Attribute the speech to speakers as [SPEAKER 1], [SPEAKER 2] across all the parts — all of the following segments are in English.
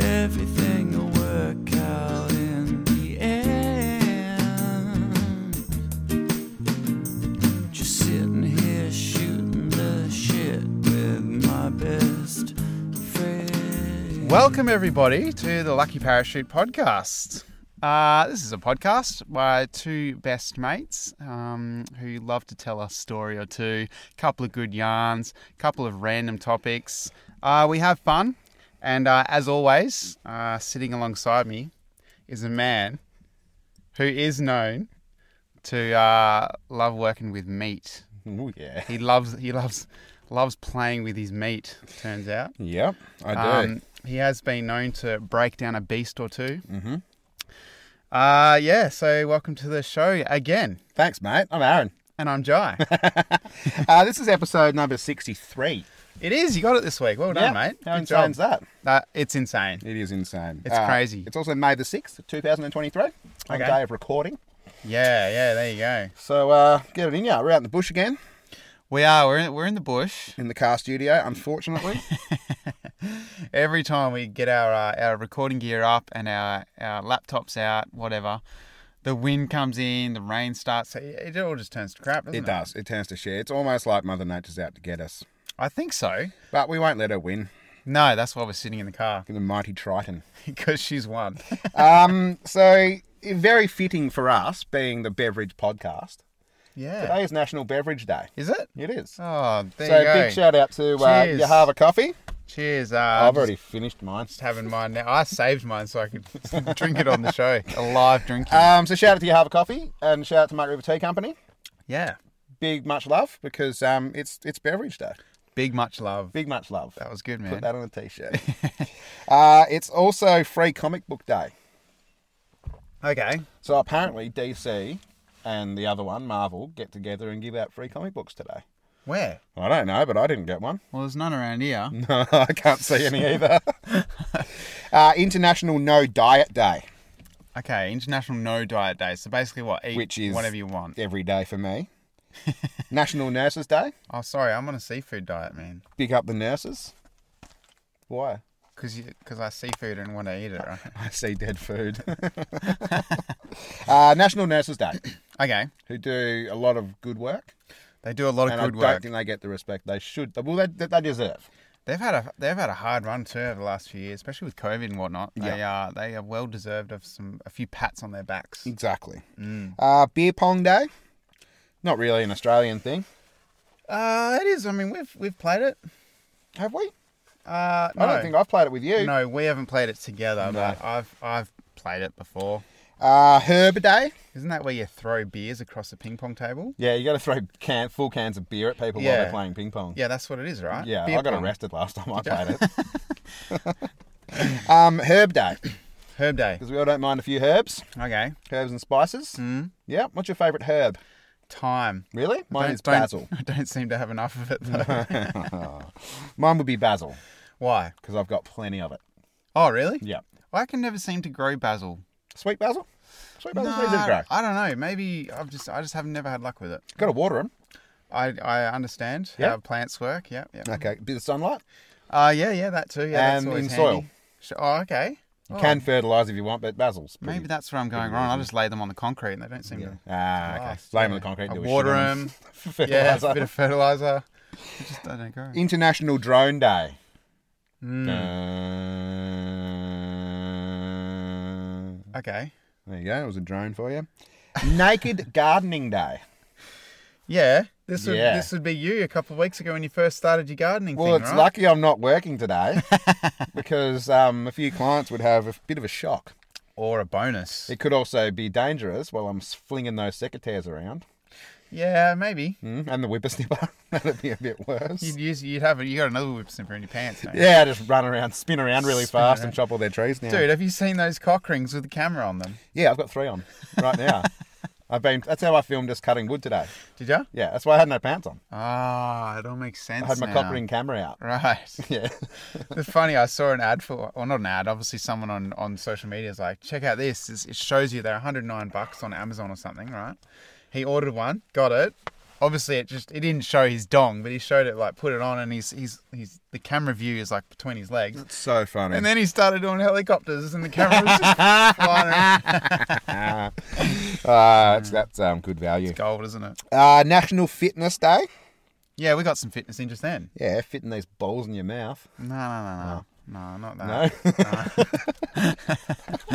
[SPEAKER 1] Everything will work out in the end. Just sitting here shooting the shit with my best friend.
[SPEAKER 2] Welcome, everybody, to the Lucky Parachute Podcast. Uh, this is a podcast by two best mates um, who love to tell us a story or two, a couple of good yarns, a couple of random topics. Uh, we have fun, and uh, as always, uh, sitting alongside me is a man who is known to uh, love working with meat.
[SPEAKER 3] Oh yeah.
[SPEAKER 2] He loves he loves loves playing with his meat. Turns out.
[SPEAKER 3] Yep, I do.
[SPEAKER 2] Um, he has been known to break down a beast or 2 Mm-hmm. Uh, yeah, so welcome to the show again.
[SPEAKER 3] Thanks, mate. I'm Aaron.
[SPEAKER 2] And I'm Jai.
[SPEAKER 3] Uh, this is episode number 63.
[SPEAKER 2] it is, you got it this week. Well done, mate.
[SPEAKER 3] How
[SPEAKER 2] Good
[SPEAKER 3] insane
[SPEAKER 2] job.
[SPEAKER 3] is that?
[SPEAKER 2] Uh, it's insane.
[SPEAKER 3] It is insane. Uh,
[SPEAKER 2] It's crazy.
[SPEAKER 3] It's also May the 6th, 2023, on the
[SPEAKER 2] Okay.
[SPEAKER 3] day of recording.
[SPEAKER 2] Yeah, yeah, there you go.
[SPEAKER 3] So uh, get it in ya. We're out in the bush again,
[SPEAKER 2] We are, we're in, we're in the bush.
[SPEAKER 3] in the car studio, unfortunately.
[SPEAKER 2] Every time we get our, uh, our recording gear up and our, our laptops out, whatever, the wind comes in, the rain starts. It, it all just turns to crap, doesn't it?
[SPEAKER 3] it does. It turns to shit. It's almost like Mother Nature's out to get us.
[SPEAKER 2] I think so.
[SPEAKER 3] But we won't let her win.
[SPEAKER 2] No, that's why we're sitting in the car,
[SPEAKER 3] The mighty Triton.
[SPEAKER 2] because she's won.
[SPEAKER 3] um, so, very fitting for us, being the beverage podcast.
[SPEAKER 2] yeah.
[SPEAKER 3] Today is National Beverage Day.
[SPEAKER 2] Is it?
[SPEAKER 3] It is.
[SPEAKER 2] Oh, there
[SPEAKER 3] so
[SPEAKER 2] you go.
[SPEAKER 3] big shout out to uh,
[SPEAKER 2] Cheers.
[SPEAKER 3] Yahava Coffee.
[SPEAKER 2] Cheers. Uh,
[SPEAKER 3] I've
[SPEAKER 2] I'm
[SPEAKER 3] already finished mine.
[SPEAKER 2] just having mine now. I saved mine so I could drink it on the show. Uh, A live drinking.
[SPEAKER 3] Um, so shout out to Yahava Coffee and shout out to Mike River Tea Company.
[SPEAKER 2] yeah.
[SPEAKER 3] Big much love because um, it's it's beverage day.
[SPEAKER 2] Big much love.
[SPEAKER 3] Big much love.
[SPEAKER 2] That was good,
[SPEAKER 3] Put
[SPEAKER 2] man.
[SPEAKER 3] that on a t-shirt. uh, it's also free comic book day.
[SPEAKER 2] Okay.
[SPEAKER 3] So apparently DC and the other one, Marvel, get together and give out free comic books today.
[SPEAKER 2] Where? Mm.
[SPEAKER 3] I don't know, but I didn't get one.
[SPEAKER 2] Well, there's none around here.
[SPEAKER 3] No, I can't see any either. uh, International No Diet Day,
[SPEAKER 2] Okay. International No Diet Day. So basically, what? Eat
[SPEAKER 3] which is
[SPEAKER 2] whatever you want.
[SPEAKER 3] every day for me. National Nurses Day.
[SPEAKER 2] Oh, sorry. I'm on a seafood diet, man.
[SPEAKER 3] big up the nurses. Why?
[SPEAKER 2] Because because I see food and want to eat it, right?
[SPEAKER 3] I see dead food. uh, National Nurses Day,
[SPEAKER 2] Okay.
[SPEAKER 3] who do a lot of good work,
[SPEAKER 2] They do a lot of
[SPEAKER 3] and I
[SPEAKER 2] good
[SPEAKER 3] don't
[SPEAKER 2] work.
[SPEAKER 3] think they get the respect they should. Well, they, that they deserve.
[SPEAKER 2] They've had a they've had a hard run too over the last few years, especially with COVID and whatnot. They are they are well deserved of some a few pats on their backs.
[SPEAKER 3] Exactly. Uh, beer pong day, not really an Australian thing,
[SPEAKER 2] Uh, it is. I mean, we've we've played it.
[SPEAKER 3] have we?
[SPEAKER 2] Uh,
[SPEAKER 3] I don't think I've played it with you.
[SPEAKER 2] No, we haven't played it together, but I've I've played it before.
[SPEAKER 3] Uh, herb day.
[SPEAKER 2] Isn't that where you throw beers across the ping pong table?
[SPEAKER 3] Yeah, you got to throw can, full cans of beer at people while
[SPEAKER 2] Yeah.
[SPEAKER 3] they're playing ping pong.
[SPEAKER 2] Yeah, that's what it is, right?
[SPEAKER 3] Yeah,
[SPEAKER 2] Beer
[SPEAKER 3] I got
[SPEAKER 2] pong.
[SPEAKER 3] arrested last time I played it. um, herb day,
[SPEAKER 2] Herb day.
[SPEAKER 3] because we all don't mind a few herbs.
[SPEAKER 2] Okay.
[SPEAKER 3] Herbs and spices. Mm. Yeah. What's your favourite herb?
[SPEAKER 2] Time.
[SPEAKER 3] Really? Mine
[SPEAKER 2] Don't-
[SPEAKER 3] is
[SPEAKER 2] don't-
[SPEAKER 3] basil.
[SPEAKER 2] I don't seem to have enough of it though.
[SPEAKER 3] Mine would be basil
[SPEAKER 2] Why?
[SPEAKER 3] because I've got plenty of it.
[SPEAKER 2] Oh, really?
[SPEAKER 3] Yeah.
[SPEAKER 2] I can never seem to grow basil.
[SPEAKER 3] Sweet basil. Sweet basil
[SPEAKER 2] Nah,
[SPEAKER 3] seeds easy to grow.
[SPEAKER 2] I don't know. Maybe I've just I just have never had luck with it.
[SPEAKER 3] Got to water them.
[SPEAKER 2] I I understand
[SPEAKER 3] Yeah.
[SPEAKER 2] how plants work. Yeah. Yeah.
[SPEAKER 3] Okay. Bit of sunlight.
[SPEAKER 2] Uh, yeah, yeah, that too. Yeah, that's
[SPEAKER 3] And
[SPEAKER 2] always
[SPEAKER 3] in soil.
[SPEAKER 2] handy. Sh- Oh, okay.
[SPEAKER 3] You
[SPEAKER 2] Oh,
[SPEAKER 3] Can fertilise if you want, but basil's pretty.
[SPEAKER 2] Maybe that's where I'm going wrong. I just lay them on the concrete and they don't seem to.
[SPEAKER 3] Ah, okay.
[SPEAKER 2] Last,
[SPEAKER 3] Lay them on
[SPEAKER 2] yeah.
[SPEAKER 3] the concrete.
[SPEAKER 2] I
[SPEAKER 3] do a
[SPEAKER 2] water
[SPEAKER 3] shit on 'em.
[SPEAKER 2] 'em. Yeah,
[SPEAKER 3] Fertiliser.
[SPEAKER 2] a bit of fertilizer. It just don't go.
[SPEAKER 3] International Drone Day.
[SPEAKER 2] Hmm.
[SPEAKER 3] Uh,
[SPEAKER 2] Okay.
[SPEAKER 3] there you go. It was a drone for you. Naked Gardening Day.
[SPEAKER 2] Yeah, this would
[SPEAKER 3] Yeah.
[SPEAKER 2] this would be you a couple of weeks ago when you first started your gardening.
[SPEAKER 3] Well,
[SPEAKER 2] thing,
[SPEAKER 3] it's
[SPEAKER 2] right?
[SPEAKER 3] lucky I'm not working today because um, a few clients would have a bit of a shock.
[SPEAKER 2] or a bonus.
[SPEAKER 3] It could also be dangerous while I'm flinging those secateurs around
[SPEAKER 2] yeah, maybe
[SPEAKER 3] mm, and the whippersnipper. That'd be a bit worse.
[SPEAKER 2] you'd use you'd have a, you got another whip snipper in your pants. Don't you?
[SPEAKER 3] yeah, just run around, spin around really
[SPEAKER 2] Spin
[SPEAKER 3] fast
[SPEAKER 2] around.
[SPEAKER 3] and chop all their trees down.
[SPEAKER 2] Dude, have you seen those cock rings with the camera on them?
[SPEAKER 3] Yeah, I've got three on right now. I've been. That's how I filmed just cutting wood today.
[SPEAKER 2] Did you?
[SPEAKER 3] Yeah, that's why I had no pants on.
[SPEAKER 2] Ah, it all makes sense.
[SPEAKER 3] I had my
[SPEAKER 2] now.
[SPEAKER 3] cock ring camera out.
[SPEAKER 2] Right.
[SPEAKER 3] Yeah.
[SPEAKER 2] It's funny. I saw an ad for, well, not an ad. Obviously, someone on on social media is like, check out this. It's, it shows you they're 109 bucks on Amazon or something, right? He ordered one, got it, obviously it just it didn't show his dong, but he showed it like put it on and he's he's he's the camera view is like between his legs.
[SPEAKER 3] It's so funny.
[SPEAKER 2] And then he started doing helicopters and the camera was just flying around.
[SPEAKER 3] ah, that's, that's um, good value.
[SPEAKER 2] Gold, isn't it?
[SPEAKER 3] Uh, National Fitness Day.
[SPEAKER 2] Yeah, we got some fitness in just then.
[SPEAKER 3] Yeah, fitting these bowls in your mouth.
[SPEAKER 2] No, no, no, no. No, not that.
[SPEAKER 3] No,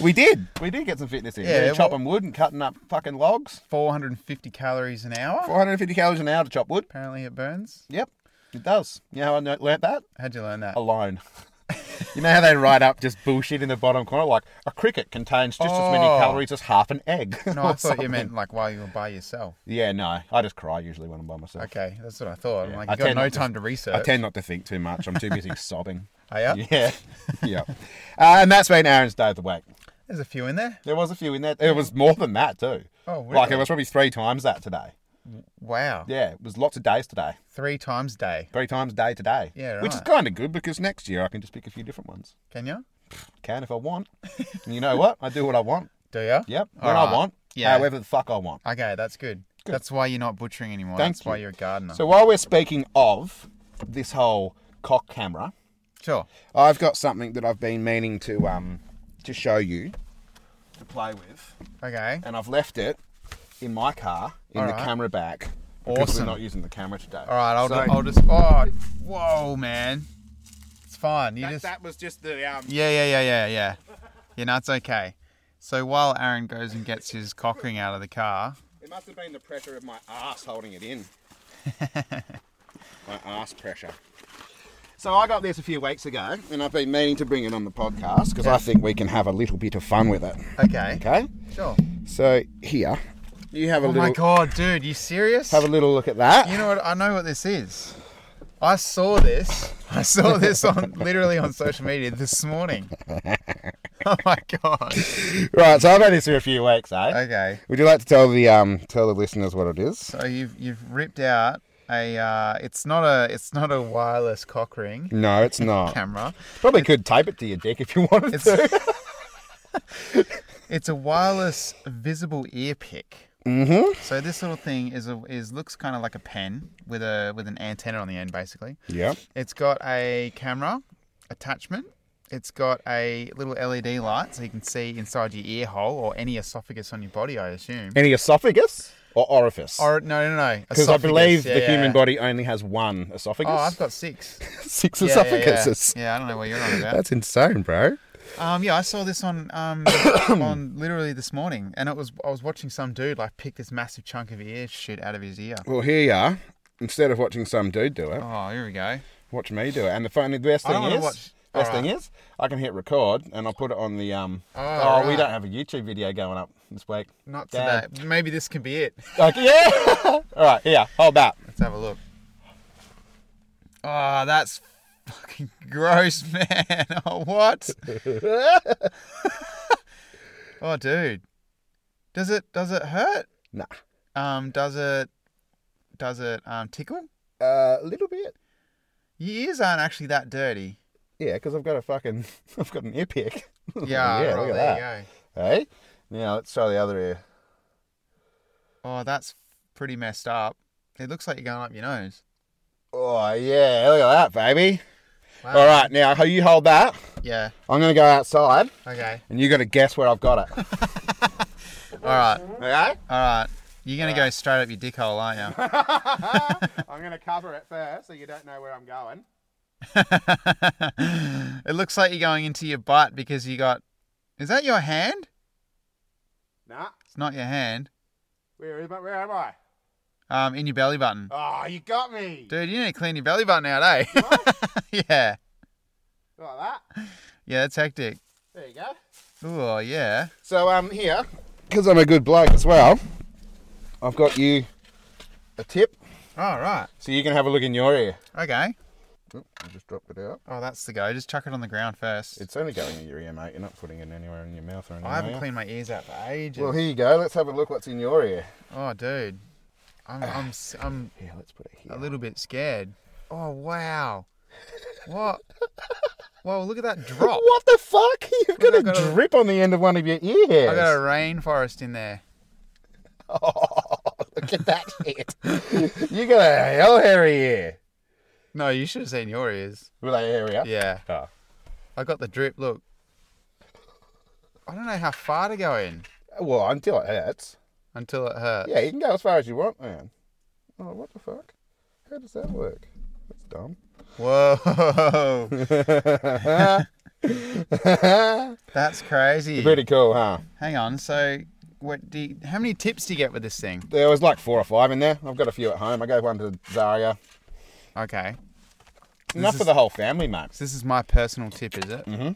[SPEAKER 3] we did. We did get some fitness in.
[SPEAKER 2] Yeah,
[SPEAKER 3] Yeah, chopping
[SPEAKER 2] what-
[SPEAKER 3] wood and cutting up fucking logs.
[SPEAKER 2] 450 calories an hour,
[SPEAKER 3] 450 calories an hour to chop wood.
[SPEAKER 2] apparently it burns.
[SPEAKER 3] Yep, it does. You know how I kno- learnt that?
[SPEAKER 2] How'd you learn that?
[SPEAKER 3] Alone. you know how they write up just bullshit in the bottom corner? Like, a cricket contains just as many
[SPEAKER 2] Oh.
[SPEAKER 3] calories as half an egg.
[SPEAKER 2] No,
[SPEAKER 3] or
[SPEAKER 2] I thought you
[SPEAKER 3] something.
[SPEAKER 2] meant like while you were by yourself.
[SPEAKER 3] Yeah, no. I just cry usually when I'm by myself.
[SPEAKER 2] Okay, that's what I thought. I'm
[SPEAKER 3] Yeah.
[SPEAKER 2] like,
[SPEAKER 3] I
[SPEAKER 2] you got
[SPEAKER 3] tend
[SPEAKER 2] no
[SPEAKER 3] not to-
[SPEAKER 2] time to research.
[SPEAKER 3] I tend not to think too much. I'm too busy sobbing.
[SPEAKER 2] Are ya?
[SPEAKER 3] Yeah. yeah. Uh, and that's been Aaron's Day of the Week.
[SPEAKER 2] There's a few in there.
[SPEAKER 3] There was a few in there. It was more than that, too.
[SPEAKER 2] Oh,
[SPEAKER 3] Like,
[SPEAKER 2] really?
[SPEAKER 3] it was probably three times that today.
[SPEAKER 2] Wow.
[SPEAKER 3] Yeah, it was lots of days today.
[SPEAKER 2] Three times day.
[SPEAKER 3] Three times day today.
[SPEAKER 2] Yeah,
[SPEAKER 3] Which is
[SPEAKER 2] right.
[SPEAKER 3] kind of good because next year I can just pick a few different ones.
[SPEAKER 2] Can you?
[SPEAKER 3] Can if I want. and you know what? I do what I want.
[SPEAKER 2] Do you?
[SPEAKER 3] Yep.
[SPEAKER 2] All
[SPEAKER 3] When
[SPEAKER 2] right.
[SPEAKER 3] I want.
[SPEAKER 2] Yeah.
[SPEAKER 3] However the fuck I want.
[SPEAKER 2] Okay, that's good. That's why you're not butchering anymore.
[SPEAKER 3] Thank
[SPEAKER 2] that's why
[SPEAKER 3] you.
[SPEAKER 2] you're a gardener.
[SPEAKER 3] So while we're speaking of this whole cock camera,
[SPEAKER 2] sure.
[SPEAKER 3] I've got something that I've been meaning to um to show you to play with,
[SPEAKER 2] Okay.
[SPEAKER 3] and I've left it in my car in the
[SPEAKER 2] Alright.
[SPEAKER 3] camera bag. because
[SPEAKER 2] Awesome.
[SPEAKER 3] We're not using the camera today.
[SPEAKER 2] All right. I'll,
[SPEAKER 3] So
[SPEAKER 2] I'll just. Oh, whoa, man. It's fine. You
[SPEAKER 3] that,
[SPEAKER 2] just.
[SPEAKER 3] that was just the um.
[SPEAKER 2] Yeah, yeah, yeah, yeah, yeah. Yeah, no, it's okay. So while Aaron goes and gets his cock ring out of the car,
[SPEAKER 3] It must have been the pressure of my ass holding it in. my ass pressure. So I got this a few weeks ago, and I've been meaning to bring it on the podcast because I think we can have a little bit of fun with it.
[SPEAKER 2] okay,
[SPEAKER 3] Okay.
[SPEAKER 2] sure.
[SPEAKER 3] So here, you have a
[SPEAKER 2] Oh
[SPEAKER 3] little
[SPEAKER 2] my god, dude, you serious?
[SPEAKER 3] have a little look at that.
[SPEAKER 2] You know what? I know what this is. I saw this. I saw this on literally on social media this morning. Oh my god.
[SPEAKER 3] Right. So I've had this for a few weeks, eh?
[SPEAKER 2] Okay.
[SPEAKER 3] Would you like to tell the um tell the listeners what it is?
[SPEAKER 2] So you've you've ripped out a. Uh, it's not a. It's not a wireless cock ring
[SPEAKER 3] No, it's not.
[SPEAKER 2] camera.
[SPEAKER 3] Probably could tape it to your dick if you wanted
[SPEAKER 2] It's
[SPEAKER 3] to.
[SPEAKER 2] it's a wireless visible ear pick. Mm-hmm. So this little thing is a, is looks kind of like a pen with a with an antenna on the end, basically.
[SPEAKER 3] Yep.
[SPEAKER 2] It's got a camera attachment. It's got a little LED light so you can see inside your ear hole or any esophagus on your body, I assume.
[SPEAKER 3] Any esophagus or orifice?
[SPEAKER 2] Or no, no, no.
[SPEAKER 3] Because I
[SPEAKER 2] esophagus,
[SPEAKER 3] believe
[SPEAKER 2] yeah,
[SPEAKER 3] the
[SPEAKER 2] yeah.
[SPEAKER 3] human body only has one esophagus.
[SPEAKER 2] Oh, I've got six.
[SPEAKER 3] Six
[SPEAKER 2] Yeah, yeah, yeah.
[SPEAKER 3] esophaguses.
[SPEAKER 2] Yeah, I don't know what you're on about.
[SPEAKER 3] That's insane, bro.
[SPEAKER 2] Um, yeah, I saw this on um, on literally this morning, and it was I was watching some dude like pick this massive chunk of ear shit out of his ear.
[SPEAKER 3] Well, here you are. Instead of watching some dude do it,
[SPEAKER 2] Oh, here we go.
[SPEAKER 3] watch me do it. And the funny, the best
[SPEAKER 2] I
[SPEAKER 3] thing
[SPEAKER 2] don't wanna
[SPEAKER 3] is,
[SPEAKER 2] watch-
[SPEAKER 3] best
[SPEAKER 2] Alright.
[SPEAKER 3] thing is, I can hit record and I'll put it on the um. Oh, we
[SPEAKER 2] right.
[SPEAKER 3] don't have a YouTube video going up this week.
[SPEAKER 2] Not
[SPEAKER 3] Damn.
[SPEAKER 2] today. Maybe this can be it.
[SPEAKER 3] Okay, yeah. All right, here, hold that.
[SPEAKER 2] Let's have a look. Oh, that's fucking gross, man. Oh, what? oh, dude. Does it does it hurt?
[SPEAKER 3] Nah,
[SPEAKER 2] Um, does it does it um tickle?
[SPEAKER 3] Uh, a little bit.
[SPEAKER 2] Your ears aren't actually that dirty.
[SPEAKER 3] Yeah, because I've got a fucking, I've got an ear pick.
[SPEAKER 2] Yeah,
[SPEAKER 3] yeah,
[SPEAKER 2] oh,
[SPEAKER 3] look at
[SPEAKER 2] there
[SPEAKER 3] that.
[SPEAKER 2] you go.
[SPEAKER 3] Hey, now let's try the other ear.
[SPEAKER 2] Oh, that's pretty messed up. It looks like you're going up your nose.
[SPEAKER 3] Oh yeah, look at that, baby.
[SPEAKER 2] Wow.
[SPEAKER 3] All right, now how you hold that?
[SPEAKER 2] Yeah.
[SPEAKER 3] I'm gonna go outside,
[SPEAKER 2] Okay.
[SPEAKER 3] and you got to guess where I've got it.
[SPEAKER 2] All right.
[SPEAKER 3] Okay.
[SPEAKER 2] All right. You're gonna go straight up your dick hole, aren't you?
[SPEAKER 3] I'm gonna cover it first, so you don't know where I'm going.
[SPEAKER 2] it looks like you're going into your butt because you got. Is that your hand?
[SPEAKER 3] Nah.
[SPEAKER 2] It's not your hand.
[SPEAKER 3] Where is? Where am I?
[SPEAKER 2] Um, in your belly button.
[SPEAKER 3] Oh, you got me.
[SPEAKER 2] Dude, you need to clean your belly button out, eh? yeah.
[SPEAKER 3] Like that.
[SPEAKER 2] Yeah, that's hectic.
[SPEAKER 3] There you go.
[SPEAKER 2] Oh, yeah.
[SPEAKER 3] So um, here, because I'm a good bloke as well, I've got you a tip,
[SPEAKER 2] All right.
[SPEAKER 3] so you can have a look in your ear.
[SPEAKER 2] Okay.
[SPEAKER 3] Oh, I just dropped it out.
[SPEAKER 2] Oh, that's the go. Just chuck it on the ground first.
[SPEAKER 3] It's only going in your ear, mate. You're not putting it anywhere in your mouth or anything.
[SPEAKER 2] I haven't
[SPEAKER 3] are you?
[SPEAKER 2] cleaned my ears out for ages.
[SPEAKER 3] Well, here you go. Let's have a look what's in your ear.
[SPEAKER 2] oh, dude. I'm, I'm, s- I'm
[SPEAKER 3] Yeah, let's put it here.
[SPEAKER 2] a little bit scared. Oh, wow. What? Whoa, look at that drop.
[SPEAKER 3] What the fuck? You've got
[SPEAKER 2] Look,
[SPEAKER 3] a
[SPEAKER 2] I got a-
[SPEAKER 3] drip on the end of one of your ear hairs.
[SPEAKER 2] I got a rainforest in there.
[SPEAKER 3] Look at that head. you got a hell hairy ear.
[SPEAKER 2] No, you should have seen your ears.
[SPEAKER 3] Were they hairy up?
[SPEAKER 2] Yeah.
[SPEAKER 3] Oh.
[SPEAKER 2] I got the drip. Look. I don't know how far to go in
[SPEAKER 3] Well, until it hurts.
[SPEAKER 2] until it hurts.
[SPEAKER 3] Yeah, you can go as far as you want, man. Oh, what the fuck? How does that work? That's dumb.
[SPEAKER 2] Whoa. That's crazy.
[SPEAKER 3] Pretty cool, huh?
[SPEAKER 2] Hang on. So, what do you, how many tips do you get with this thing?
[SPEAKER 3] There was like four or five in there. I've got a few at home. I gave one to Zaria.
[SPEAKER 2] Okay.
[SPEAKER 3] Enough for the whole family, mate.
[SPEAKER 2] So this is my personal tip, is it?
[SPEAKER 3] Mm-hmm.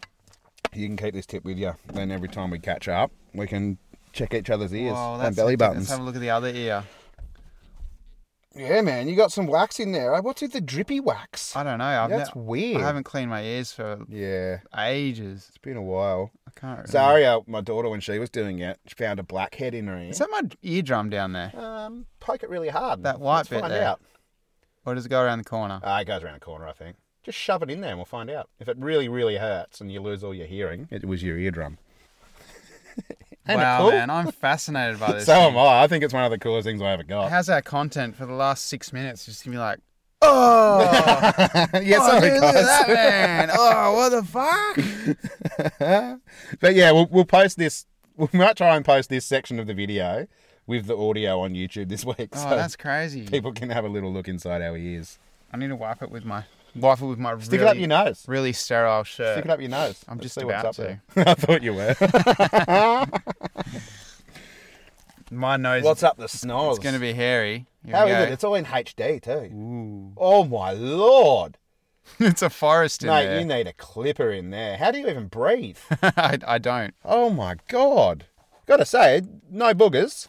[SPEAKER 3] You can keep this tip with you. Then every time we catch up, we can check each other's ears
[SPEAKER 2] Whoa,
[SPEAKER 3] and belly buttons.
[SPEAKER 2] Let's have a look at the other ear.
[SPEAKER 3] Yeah, man, you got some wax in there. What's with the drippy wax?
[SPEAKER 2] I don't know. I've
[SPEAKER 3] That's
[SPEAKER 2] ne-
[SPEAKER 3] weird.
[SPEAKER 2] I haven't cleaned my ears for
[SPEAKER 3] Yeah, it's
[SPEAKER 2] ages.
[SPEAKER 3] been a while.
[SPEAKER 2] I can't remember.
[SPEAKER 3] Zaria, my daughter, when she was doing it, she found a blackhead in her ear.
[SPEAKER 2] Is that my eardrum down there?
[SPEAKER 3] um, poke it really hard.
[SPEAKER 2] That white
[SPEAKER 3] Let's
[SPEAKER 2] bit
[SPEAKER 3] find
[SPEAKER 2] there.
[SPEAKER 3] out.
[SPEAKER 2] Or does it go around the corner?
[SPEAKER 3] Ah, it goes around the corner, I think. Just shove it in there and we'll find out. If it really, really hurts and you lose all your hearing, it was your eardrum. Ain't it
[SPEAKER 2] wow,
[SPEAKER 3] cool?
[SPEAKER 2] man. I'm fascinated by this.
[SPEAKER 3] So
[SPEAKER 2] thing.
[SPEAKER 3] am I. I think it's one of the coolest things I ever got.
[SPEAKER 2] How's our content for the last six minutes? Just gonna be like, oh,
[SPEAKER 3] yes,
[SPEAKER 2] oh,
[SPEAKER 3] I
[SPEAKER 2] dude,
[SPEAKER 3] think
[SPEAKER 2] look at that man. Oh, what the fuck?
[SPEAKER 3] But yeah, we'll, we'll post this. We might try and post this section of the video with the audio on YouTube this week,
[SPEAKER 2] Oh,
[SPEAKER 3] so
[SPEAKER 2] that's crazy.
[SPEAKER 3] people can have a little look inside our ears.
[SPEAKER 2] I need to wipe it with my wipe it with my
[SPEAKER 3] Stick
[SPEAKER 2] really,
[SPEAKER 3] it up your nose.
[SPEAKER 2] really sterile shirt.
[SPEAKER 3] Stick it up your nose.
[SPEAKER 2] I'm
[SPEAKER 3] Let's
[SPEAKER 2] just
[SPEAKER 3] see what's
[SPEAKER 2] about
[SPEAKER 3] up
[SPEAKER 2] to.
[SPEAKER 3] there. I thought you were.
[SPEAKER 2] My nose
[SPEAKER 3] what's up the snoz?
[SPEAKER 2] is going to be hairy. Here
[SPEAKER 3] How
[SPEAKER 2] we
[SPEAKER 3] is
[SPEAKER 2] go.
[SPEAKER 3] it? It's all in HD too.
[SPEAKER 2] Ooh.
[SPEAKER 3] Oh my lord,
[SPEAKER 2] It's a forest in
[SPEAKER 3] mate!
[SPEAKER 2] there.
[SPEAKER 3] You need a clipper in there. How do you even breathe?
[SPEAKER 2] I, I don't.
[SPEAKER 3] oh my god! Gotta say, no boogers.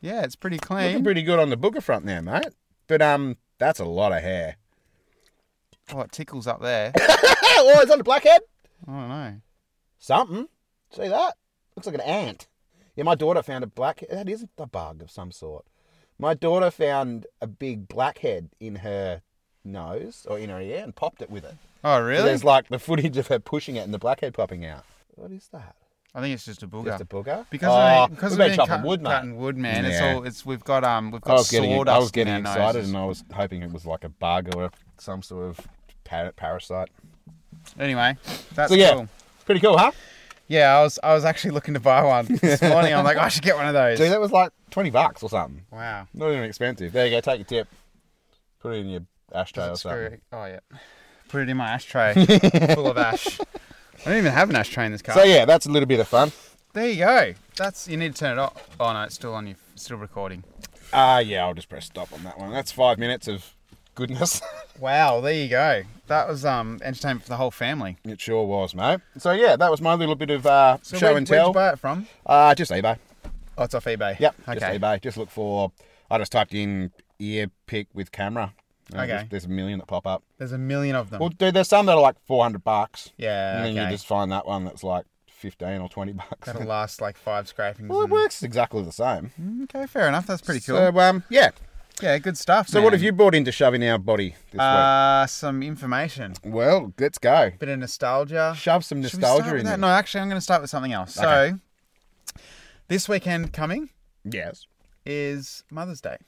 [SPEAKER 2] Yeah, it's pretty
[SPEAKER 3] Looking
[SPEAKER 2] clean.
[SPEAKER 3] pretty good on the booger front there, mate. But um, that's a lot of hair.
[SPEAKER 2] Oh, it tickles up there.
[SPEAKER 3] Oh, is that a blackhead?
[SPEAKER 2] I don't know.
[SPEAKER 3] Something. See that? Looks like an ant. Yeah, my daughter found a black. That is a bug of some sort. My daughter found a big blackhead in her nose or in her ear and popped it with it.
[SPEAKER 2] Oh,
[SPEAKER 3] So
[SPEAKER 2] really?
[SPEAKER 3] there's like the footage of her pushing it and the blackhead popping out. What is that?
[SPEAKER 2] I think it's just a booger.
[SPEAKER 3] Just a booger?
[SPEAKER 2] because
[SPEAKER 3] oh,
[SPEAKER 2] I, because
[SPEAKER 3] we've
[SPEAKER 2] we've
[SPEAKER 3] been
[SPEAKER 2] been
[SPEAKER 3] chopping
[SPEAKER 2] cut-
[SPEAKER 3] wood, mate.
[SPEAKER 2] cutting wood, man. It's
[SPEAKER 3] Yeah.
[SPEAKER 2] all it's we've got um we've
[SPEAKER 3] I
[SPEAKER 2] got
[SPEAKER 3] was getting,
[SPEAKER 2] sawdust.
[SPEAKER 3] I was getting
[SPEAKER 2] in our
[SPEAKER 3] excited
[SPEAKER 2] noses.
[SPEAKER 3] and I was hoping it was like a bug or some sort of par- parasite.
[SPEAKER 2] Anyway, that's
[SPEAKER 3] So yeah,
[SPEAKER 2] cool.
[SPEAKER 3] pretty cool, huh?
[SPEAKER 2] Yeah, I was I was actually looking to buy one this morning. I'm like, "Oh, I should get one of those.
[SPEAKER 3] Dude, that was like 20 bucks or something.
[SPEAKER 2] Wow.
[SPEAKER 3] Not even expensive. There you go. Take your tip. Put it in your ashtray or
[SPEAKER 2] Screw
[SPEAKER 3] something.
[SPEAKER 2] it. Oh yeah. Put it in my ashtray full of ash. I don't even have an ashtray in this car.
[SPEAKER 3] So yeah, that's a little bit of fun.
[SPEAKER 2] there you go. That's you need to turn it off. Oh no, it's still on you. Still recording.
[SPEAKER 3] Ah, yeah. I'll just press stop on that one. That's five minutes of goodness.
[SPEAKER 2] Wow. There you go. That was um entertainment for the whole family.
[SPEAKER 3] it sure was, mate. So yeah, that was my little bit of uh, show and
[SPEAKER 2] where'd- Where'd
[SPEAKER 3] tell.
[SPEAKER 2] you buy it from?
[SPEAKER 3] Uh, just eBay.
[SPEAKER 2] Oh, it's off eBay.
[SPEAKER 3] Yep. Just
[SPEAKER 2] Okay.
[SPEAKER 3] eBay. Just look for. I just typed in ear pick with camera. Uh,
[SPEAKER 2] Okay.
[SPEAKER 3] There's, there's a million that pop up.
[SPEAKER 2] There's a million of them.
[SPEAKER 3] Well, dude, there's some that are like 400 bucks.
[SPEAKER 2] yeah.
[SPEAKER 3] And then
[SPEAKER 2] Okay.
[SPEAKER 3] you just find that one that's like 15 or 20 bucks.
[SPEAKER 2] That'll last like five scrapings.
[SPEAKER 3] Well, it
[SPEAKER 2] and-
[SPEAKER 3] works exactly the same.
[SPEAKER 2] Okay, fair enough. That's pretty cool.
[SPEAKER 3] So um, yeah.
[SPEAKER 2] yeah, good stuff.
[SPEAKER 3] So what have you brought into shoving our body this
[SPEAKER 2] Um, Uh, some information.
[SPEAKER 3] week? Well, let's go.
[SPEAKER 2] Bit of nostalgia.
[SPEAKER 3] Shove some
[SPEAKER 2] Should we start
[SPEAKER 3] nostalgia
[SPEAKER 2] with
[SPEAKER 3] in
[SPEAKER 2] that?
[SPEAKER 3] there.
[SPEAKER 2] No, actually, I'm going to start with something else.
[SPEAKER 3] Okay.
[SPEAKER 2] So, this weekend coming
[SPEAKER 3] Yes.
[SPEAKER 2] is Mother's Day.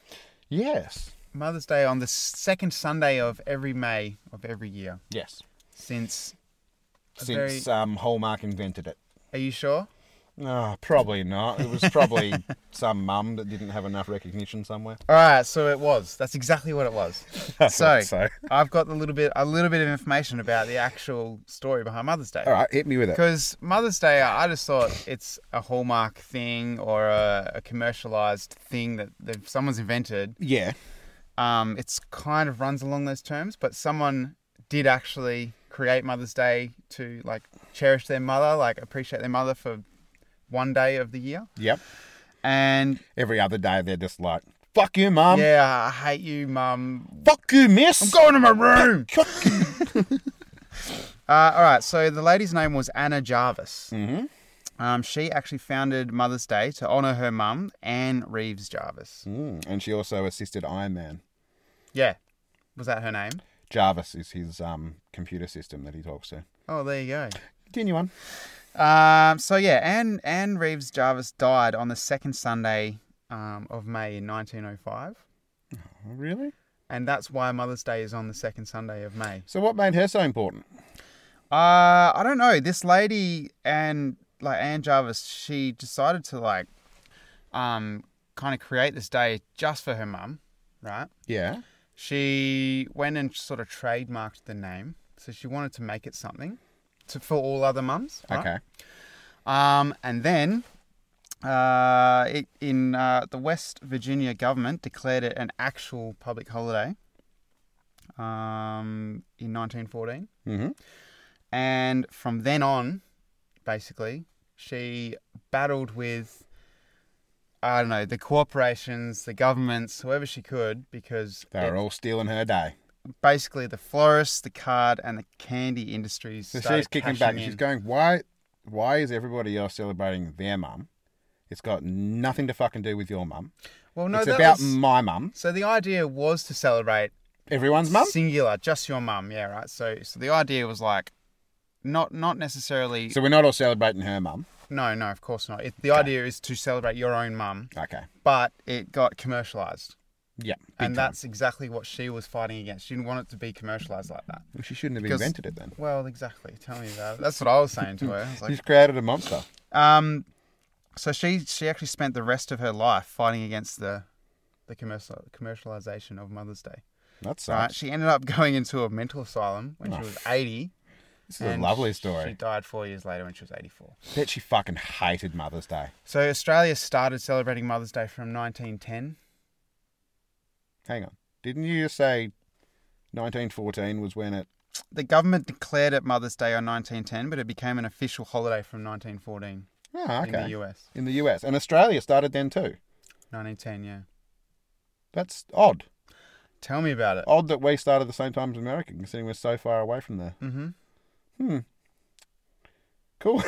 [SPEAKER 3] Yes.
[SPEAKER 2] Mother's Day on the second Sunday of every May of every year
[SPEAKER 3] Yes.
[SPEAKER 2] since. a
[SPEAKER 3] Since
[SPEAKER 2] very-
[SPEAKER 3] um, Hallmark invented it.
[SPEAKER 2] are you sure?
[SPEAKER 3] No, Ah, probably not. It was probably some mum that didn't have enough recognition somewhere.
[SPEAKER 2] All right, so it was. That's exactly what it was. so,
[SPEAKER 3] thought so.
[SPEAKER 2] I've got a little bit, a little bit of information about the actual story behind Mother's Day.
[SPEAKER 3] All right, hit me with it.
[SPEAKER 2] Because Mother's Day, I I just thought it's a hallmark thing or a, a commercialized thing that, that someone's invented.
[SPEAKER 3] Yeah.
[SPEAKER 2] Um, it's kind of runs along those terms, but someone did actually create Mother's Day to like cherish their mother, like appreciate their mother for one day of the year.
[SPEAKER 3] Yep.
[SPEAKER 2] And
[SPEAKER 3] Every other day they're just like, fuck you, mum.
[SPEAKER 2] yeah, I hate you, mum.
[SPEAKER 3] Fuck you, miss.
[SPEAKER 2] Going to my room. Uh, all right. So the lady's name was Anna Jarvis.
[SPEAKER 3] mm-hmm.
[SPEAKER 2] Um, she actually founded Mother's Day to honor her mum, Anne Reeves Jarvis.
[SPEAKER 3] mm. And she also assisted Iron Man.
[SPEAKER 2] Yeah. Was that her name?
[SPEAKER 3] Jarvis is his um, computer system that he talks to.
[SPEAKER 2] Oh, there you go.
[SPEAKER 3] Continue on.
[SPEAKER 2] Um, so yeah, Anne Anne Reeves Jarvis died on the second Sunday um, of May in 1905.
[SPEAKER 3] Really?
[SPEAKER 2] And that's why Mother's Day is on the second Sunday of May.
[SPEAKER 3] So what made her so important?
[SPEAKER 2] Uh, I don't know. This lady and like Anne Jarvis, she decided to like, um, kind of create this day just for her mum, right?
[SPEAKER 3] Yeah.
[SPEAKER 2] She went and sort of trademarked the name, so she wanted to make it something, to for all other mums. right?
[SPEAKER 3] Okay.
[SPEAKER 2] Um, and then, uh, it, in uh, the West Virginia government declared it an actual public holiday. Um, in 1914
[SPEAKER 3] Mm-hmm.
[SPEAKER 2] and from then on, basically, she battled with I don't know the corporations, the governments, whoever she could, because
[SPEAKER 3] They were
[SPEAKER 2] it-
[SPEAKER 3] all stealing her day.
[SPEAKER 2] basically the florists, the card, and the candy industries.
[SPEAKER 3] So
[SPEAKER 2] started
[SPEAKER 3] she's kicking
[SPEAKER 2] cashing
[SPEAKER 3] back.
[SPEAKER 2] in.
[SPEAKER 3] She's going, why? Why is everybody else celebrating their mum? It's got nothing to fucking do with your mum.
[SPEAKER 2] Well, no,
[SPEAKER 3] it's
[SPEAKER 2] that
[SPEAKER 3] about
[SPEAKER 2] was-
[SPEAKER 3] my mum.
[SPEAKER 2] so the idea was to celebrate
[SPEAKER 3] Everyone's mum.
[SPEAKER 2] singular, just your mum. Yeah, right. So, so the idea was like, not not necessarily.
[SPEAKER 3] So we're not all celebrating her mum.
[SPEAKER 2] no, no, of course not. It, the idea is to celebrate your own mum,
[SPEAKER 3] Okay.
[SPEAKER 2] but it got commercialized.
[SPEAKER 3] Yeah. big time.
[SPEAKER 2] and that's exactly what she was fighting against. She didn't want it to be commercialized like that.
[SPEAKER 3] Well, she shouldn't have
[SPEAKER 2] because-
[SPEAKER 3] invented it then.
[SPEAKER 2] Well, exactly. Tell me about it. That's what I was saying to her. I was like,
[SPEAKER 3] She's created a monster.
[SPEAKER 2] um, so she she actually spent the rest of her life fighting against the the commercial commercialization of Mother's Day.
[SPEAKER 3] That's
[SPEAKER 2] Right?
[SPEAKER 3] right.
[SPEAKER 2] She ended up going into a mental asylum when she was eighty.
[SPEAKER 3] This is a
[SPEAKER 2] and
[SPEAKER 3] lovely
[SPEAKER 2] She
[SPEAKER 3] story.
[SPEAKER 2] died four years later when she was eighty-four.
[SPEAKER 3] Bet she fucking hated Mother's Day.
[SPEAKER 2] So Australia started celebrating Mother's Day from 1910.
[SPEAKER 3] Hang on. Didn't you just say 1914 was when it?
[SPEAKER 2] The government declared it Mother's Day on 1910, but it became an official holiday from 1914
[SPEAKER 3] Oh, okay.
[SPEAKER 2] in the US.
[SPEAKER 3] in the US and Australia started then too.
[SPEAKER 2] 1910, yeah.
[SPEAKER 3] That's odd.
[SPEAKER 2] Tell me about it.
[SPEAKER 3] Odd that we started the same time as America, considering we're so far away from there.
[SPEAKER 2] Mm-hmm.
[SPEAKER 3] Hmm. Cool.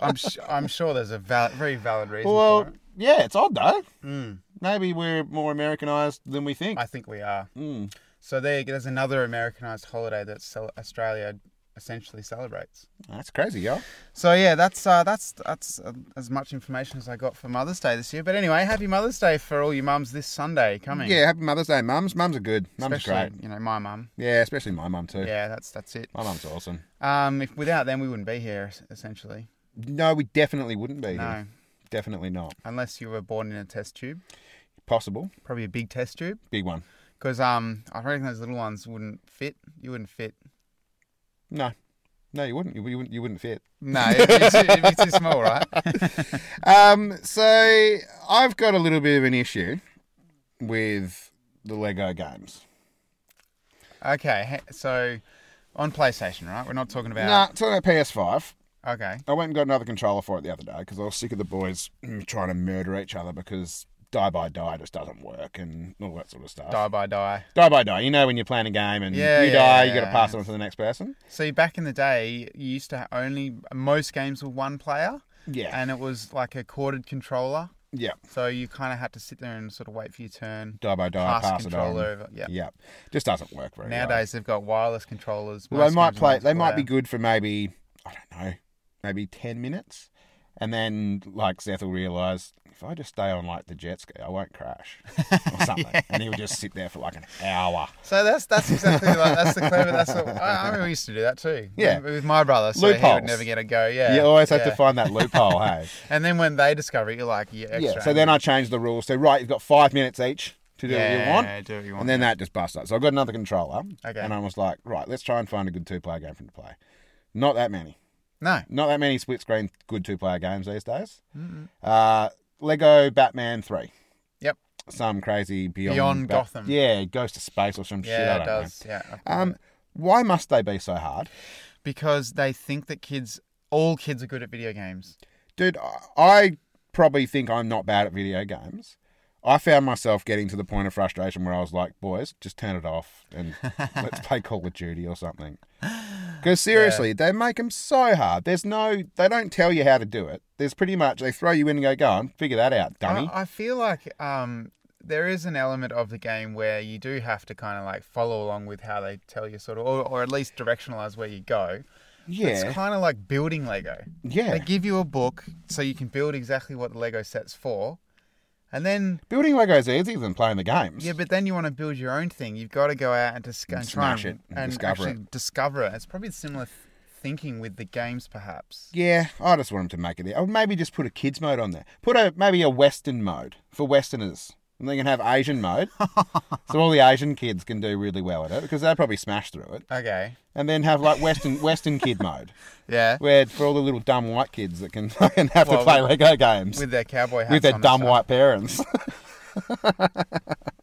[SPEAKER 2] I'm sh- I'm sure there's a val- very valid reason
[SPEAKER 3] Oh. well,
[SPEAKER 2] for it.
[SPEAKER 3] yeah, it's odd though.
[SPEAKER 2] Mm,
[SPEAKER 3] Maybe we're more Americanized than we think.
[SPEAKER 2] I think we are.
[SPEAKER 3] Mm.
[SPEAKER 2] So there, you go. there's another Americanized holiday that cel- Australia essentially celebrates.
[SPEAKER 3] That's crazy, yo.
[SPEAKER 2] So yeah, that's uh, that's that's uh, as much information as I got for Mother's Day this year. But anyway, happy Mother's Day for all you mums this Sunday coming.
[SPEAKER 3] Yeah, happy Mother's Day, mums. Mums are good. Mums are
[SPEAKER 2] especially
[SPEAKER 3] great.
[SPEAKER 2] you know my mum.
[SPEAKER 3] Yeah, especially my mum too.
[SPEAKER 2] Yeah, that's that's it.
[SPEAKER 3] My mum's awesome.
[SPEAKER 2] Um, if without them we wouldn't be here es- essentially.
[SPEAKER 3] No, we definitely wouldn't be
[SPEAKER 2] No,
[SPEAKER 3] here. Definitely not.
[SPEAKER 2] unless you were born in a test tube,
[SPEAKER 3] Possible.
[SPEAKER 2] probably a big test tube.
[SPEAKER 3] Big one.
[SPEAKER 2] Because um, I reckon those little ones wouldn't fit. You wouldn't fit.
[SPEAKER 3] No. No, you wouldn't. You wouldn't. You wouldn't fit.
[SPEAKER 2] No, it'd be too, it'd be too small, right?
[SPEAKER 3] Um, so I've got a little bit of an issue with the Lego games.
[SPEAKER 2] Okay, he- so on PlayStation, right? We're not talking
[SPEAKER 3] Nah,
[SPEAKER 2] about.
[SPEAKER 3] talking about PS5.
[SPEAKER 2] Okay.
[SPEAKER 3] I went and got another controller for it the other day because I was sick of the boys mm, trying to murder each other because die by die just doesn't work and all that sort of stuff.
[SPEAKER 2] Die by die.
[SPEAKER 3] Die by die. You know when you're playing a game and
[SPEAKER 2] Yeah,
[SPEAKER 3] you
[SPEAKER 2] yeah,
[SPEAKER 3] die,
[SPEAKER 2] yeah,
[SPEAKER 3] you got to
[SPEAKER 2] yeah.
[SPEAKER 3] pass it on to the next person.
[SPEAKER 2] See, back in the day, you used to only most games were one player,
[SPEAKER 3] Yeah.
[SPEAKER 2] and it was like a corded controller,
[SPEAKER 3] yeah.
[SPEAKER 2] so you kind of had to sit there and sort of wait for your turn.
[SPEAKER 3] Die by die,
[SPEAKER 2] Pass
[SPEAKER 3] pass,
[SPEAKER 2] the
[SPEAKER 3] it on.
[SPEAKER 2] controller over. Yeah.
[SPEAKER 3] Yeah. Just doesn't work very well.
[SPEAKER 2] Nowadays they've got wireless controllers.
[SPEAKER 3] Well,
[SPEAKER 2] most
[SPEAKER 3] they might
[SPEAKER 2] games are
[SPEAKER 3] play. They might
[SPEAKER 2] multiplayer.
[SPEAKER 3] be good for maybe I don't know, maybe ten minutes, and then like Seth will realize if I just stay on like the jet ski, I won't crash or something, and he would just sit there for like an hour.
[SPEAKER 2] So that's that's exactly like that's the clever. That's what, I, I remember we used to do that too.
[SPEAKER 3] Yeah.
[SPEAKER 2] with my brother, so he
[SPEAKER 3] Loopholes.
[SPEAKER 2] would never get a go. Yeah,
[SPEAKER 3] you always have
[SPEAKER 2] yeah.
[SPEAKER 3] to find that loophole, hey?
[SPEAKER 2] And then when they discover it, you're like, yeah, extra.
[SPEAKER 3] yeah. So then I changed the rules. So right, you've got five minutes each to do what you want.
[SPEAKER 2] Yeah, do what you want.
[SPEAKER 3] And then that just busts up. So I got another controller,
[SPEAKER 2] Okay.
[SPEAKER 3] and I was like, right, let's try and find a good two-player game for him to play. Not that many.
[SPEAKER 2] no,
[SPEAKER 3] Not that many split-screen good two-player games these days. Uh, Lego Batman Three.
[SPEAKER 2] yep,
[SPEAKER 3] some crazy beyond,
[SPEAKER 2] Beyond Gotham.
[SPEAKER 3] Yeah, it goes to space or some shit. I
[SPEAKER 2] yeah, it
[SPEAKER 3] don't
[SPEAKER 2] does. Yeah,
[SPEAKER 3] know. Um, why must they be so hard,
[SPEAKER 2] because they think that kids, all kids, are good at video games.
[SPEAKER 3] dude? I- I probably think I'm not bad at video games. I found myself getting to the point of frustration where I was like, "Boys, just turn it off and let's play Call of Duty or something." Because seriously, they make them so hard. There's no, they don't tell you how to do it. There's pretty much they throw you in and go, "Go on, figure that out, dummy."
[SPEAKER 2] I, I feel like um, there is an element of the game where you do have to kind of like follow along with how they tell you, sort of, or, or at least directionalize where you go.
[SPEAKER 3] Yeah.
[SPEAKER 2] It's kind of like building Lego. They
[SPEAKER 3] yeah.
[SPEAKER 2] give you a book so you can build exactly what the Lego set's for. And then,
[SPEAKER 3] Building Lego's easier than playing the games.
[SPEAKER 2] yeah, but then you want to build your own thing. You've got to go out and, disc- and try
[SPEAKER 3] Smash it
[SPEAKER 2] and,
[SPEAKER 3] and
[SPEAKER 2] and
[SPEAKER 3] discover
[SPEAKER 2] actually discover it. It's probably similar th- thinking with the games, perhaps.
[SPEAKER 3] Yeah, I just want them to make it. Or maybe just put a kids mode on there. Put a maybe a Western mode for Westerners, and they can have Asian mode. so all the Asian kids can do really well at it because they'll probably smash through it.
[SPEAKER 2] Okay.
[SPEAKER 3] And then have like Western Western kid mode,
[SPEAKER 2] Yeah.
[SPEAKER 3] where for all the little dumb white kids that can fucking have
[SPEAKER 2] Well,
[SPEAKER 3] to play Lego games with,
[SPEAKER 2] With their cowboy hats.
[SPEAKER 3] their
[SPEAKER 2] on and
[SPEAKER 3] dumb
[SPEAKER 2] stuff.
[SPEAKER 3] white parents.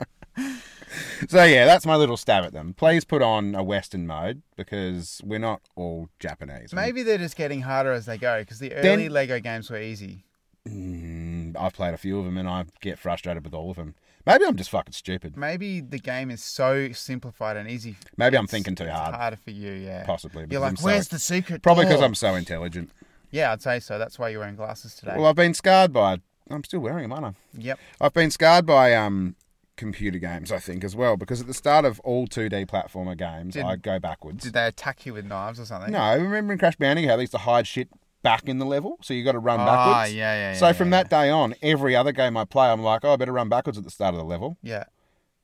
[SPEAKER 3] so yeah, that's my little stab at them. Please put on a Western mode because we're not all Japanese. We-
[SPEAKER 2] Maybe they're just getting harder as they go because the
[SPEAKER 3] Then-
[SPEAKER 2] early Lego games were easy.
[SPEAKER 3] Mm, I've played a few of them and I get frustrated with all of them. Maybe I'm just fucking stupid.
[SPEAKER 2] Maybe the game is so simplified and easy.
[SPEAKER 3] Maybe I'm thinking too
[SPEAKER 2] it's
[SPEAKER 3] hard.
[SPEAKER 2] harder for you, yeah.
[SPEAKER 3] Possibly,
[SPEAKER 2] You're
[SPEAKER 3] because
[SPEAKER 2] like,
[SPEAKER 3] I'm so-
[SPEAKER 2] where's the secret?
[SPEAKER 3] Probably because
[SPEAKER 2] door?"
[SPEAKER 3] I'm so intelligent.
[SPEAKER 2] Yeah, I'd say so. That's why you're wearing glasses today.
[SPEAKER 3] Well, I've been scarred by. I'm still wearing them, aren't
[SPEAKER 2] yep.
[SPEAKER 3] I? I've been scarred by um, computer games, I think, as well. Because at the start of all 2D platformer games,
[SPEAKER 2] Did-
[SPEAKER 3] I go backwards.
[SPEAKER 2] Did they attack you with knives or something?
[SPEAKER 3] no, I remember in Crash Bandicoot how they used to hide shit back in the level, so you got to run
[SPEAKER 2] Ah,
[SPEAKER 3] backwards.
[SPEAKER 2] yeah, yeah, yeah.
[SPEAKER 3] so from
[SPEAKER 2] yeah.
[SPEAKER 3] that day on, every other game I play, I'm like, oh, I better run backwards at the start of the level.
[SPEAKER 2] Yeah.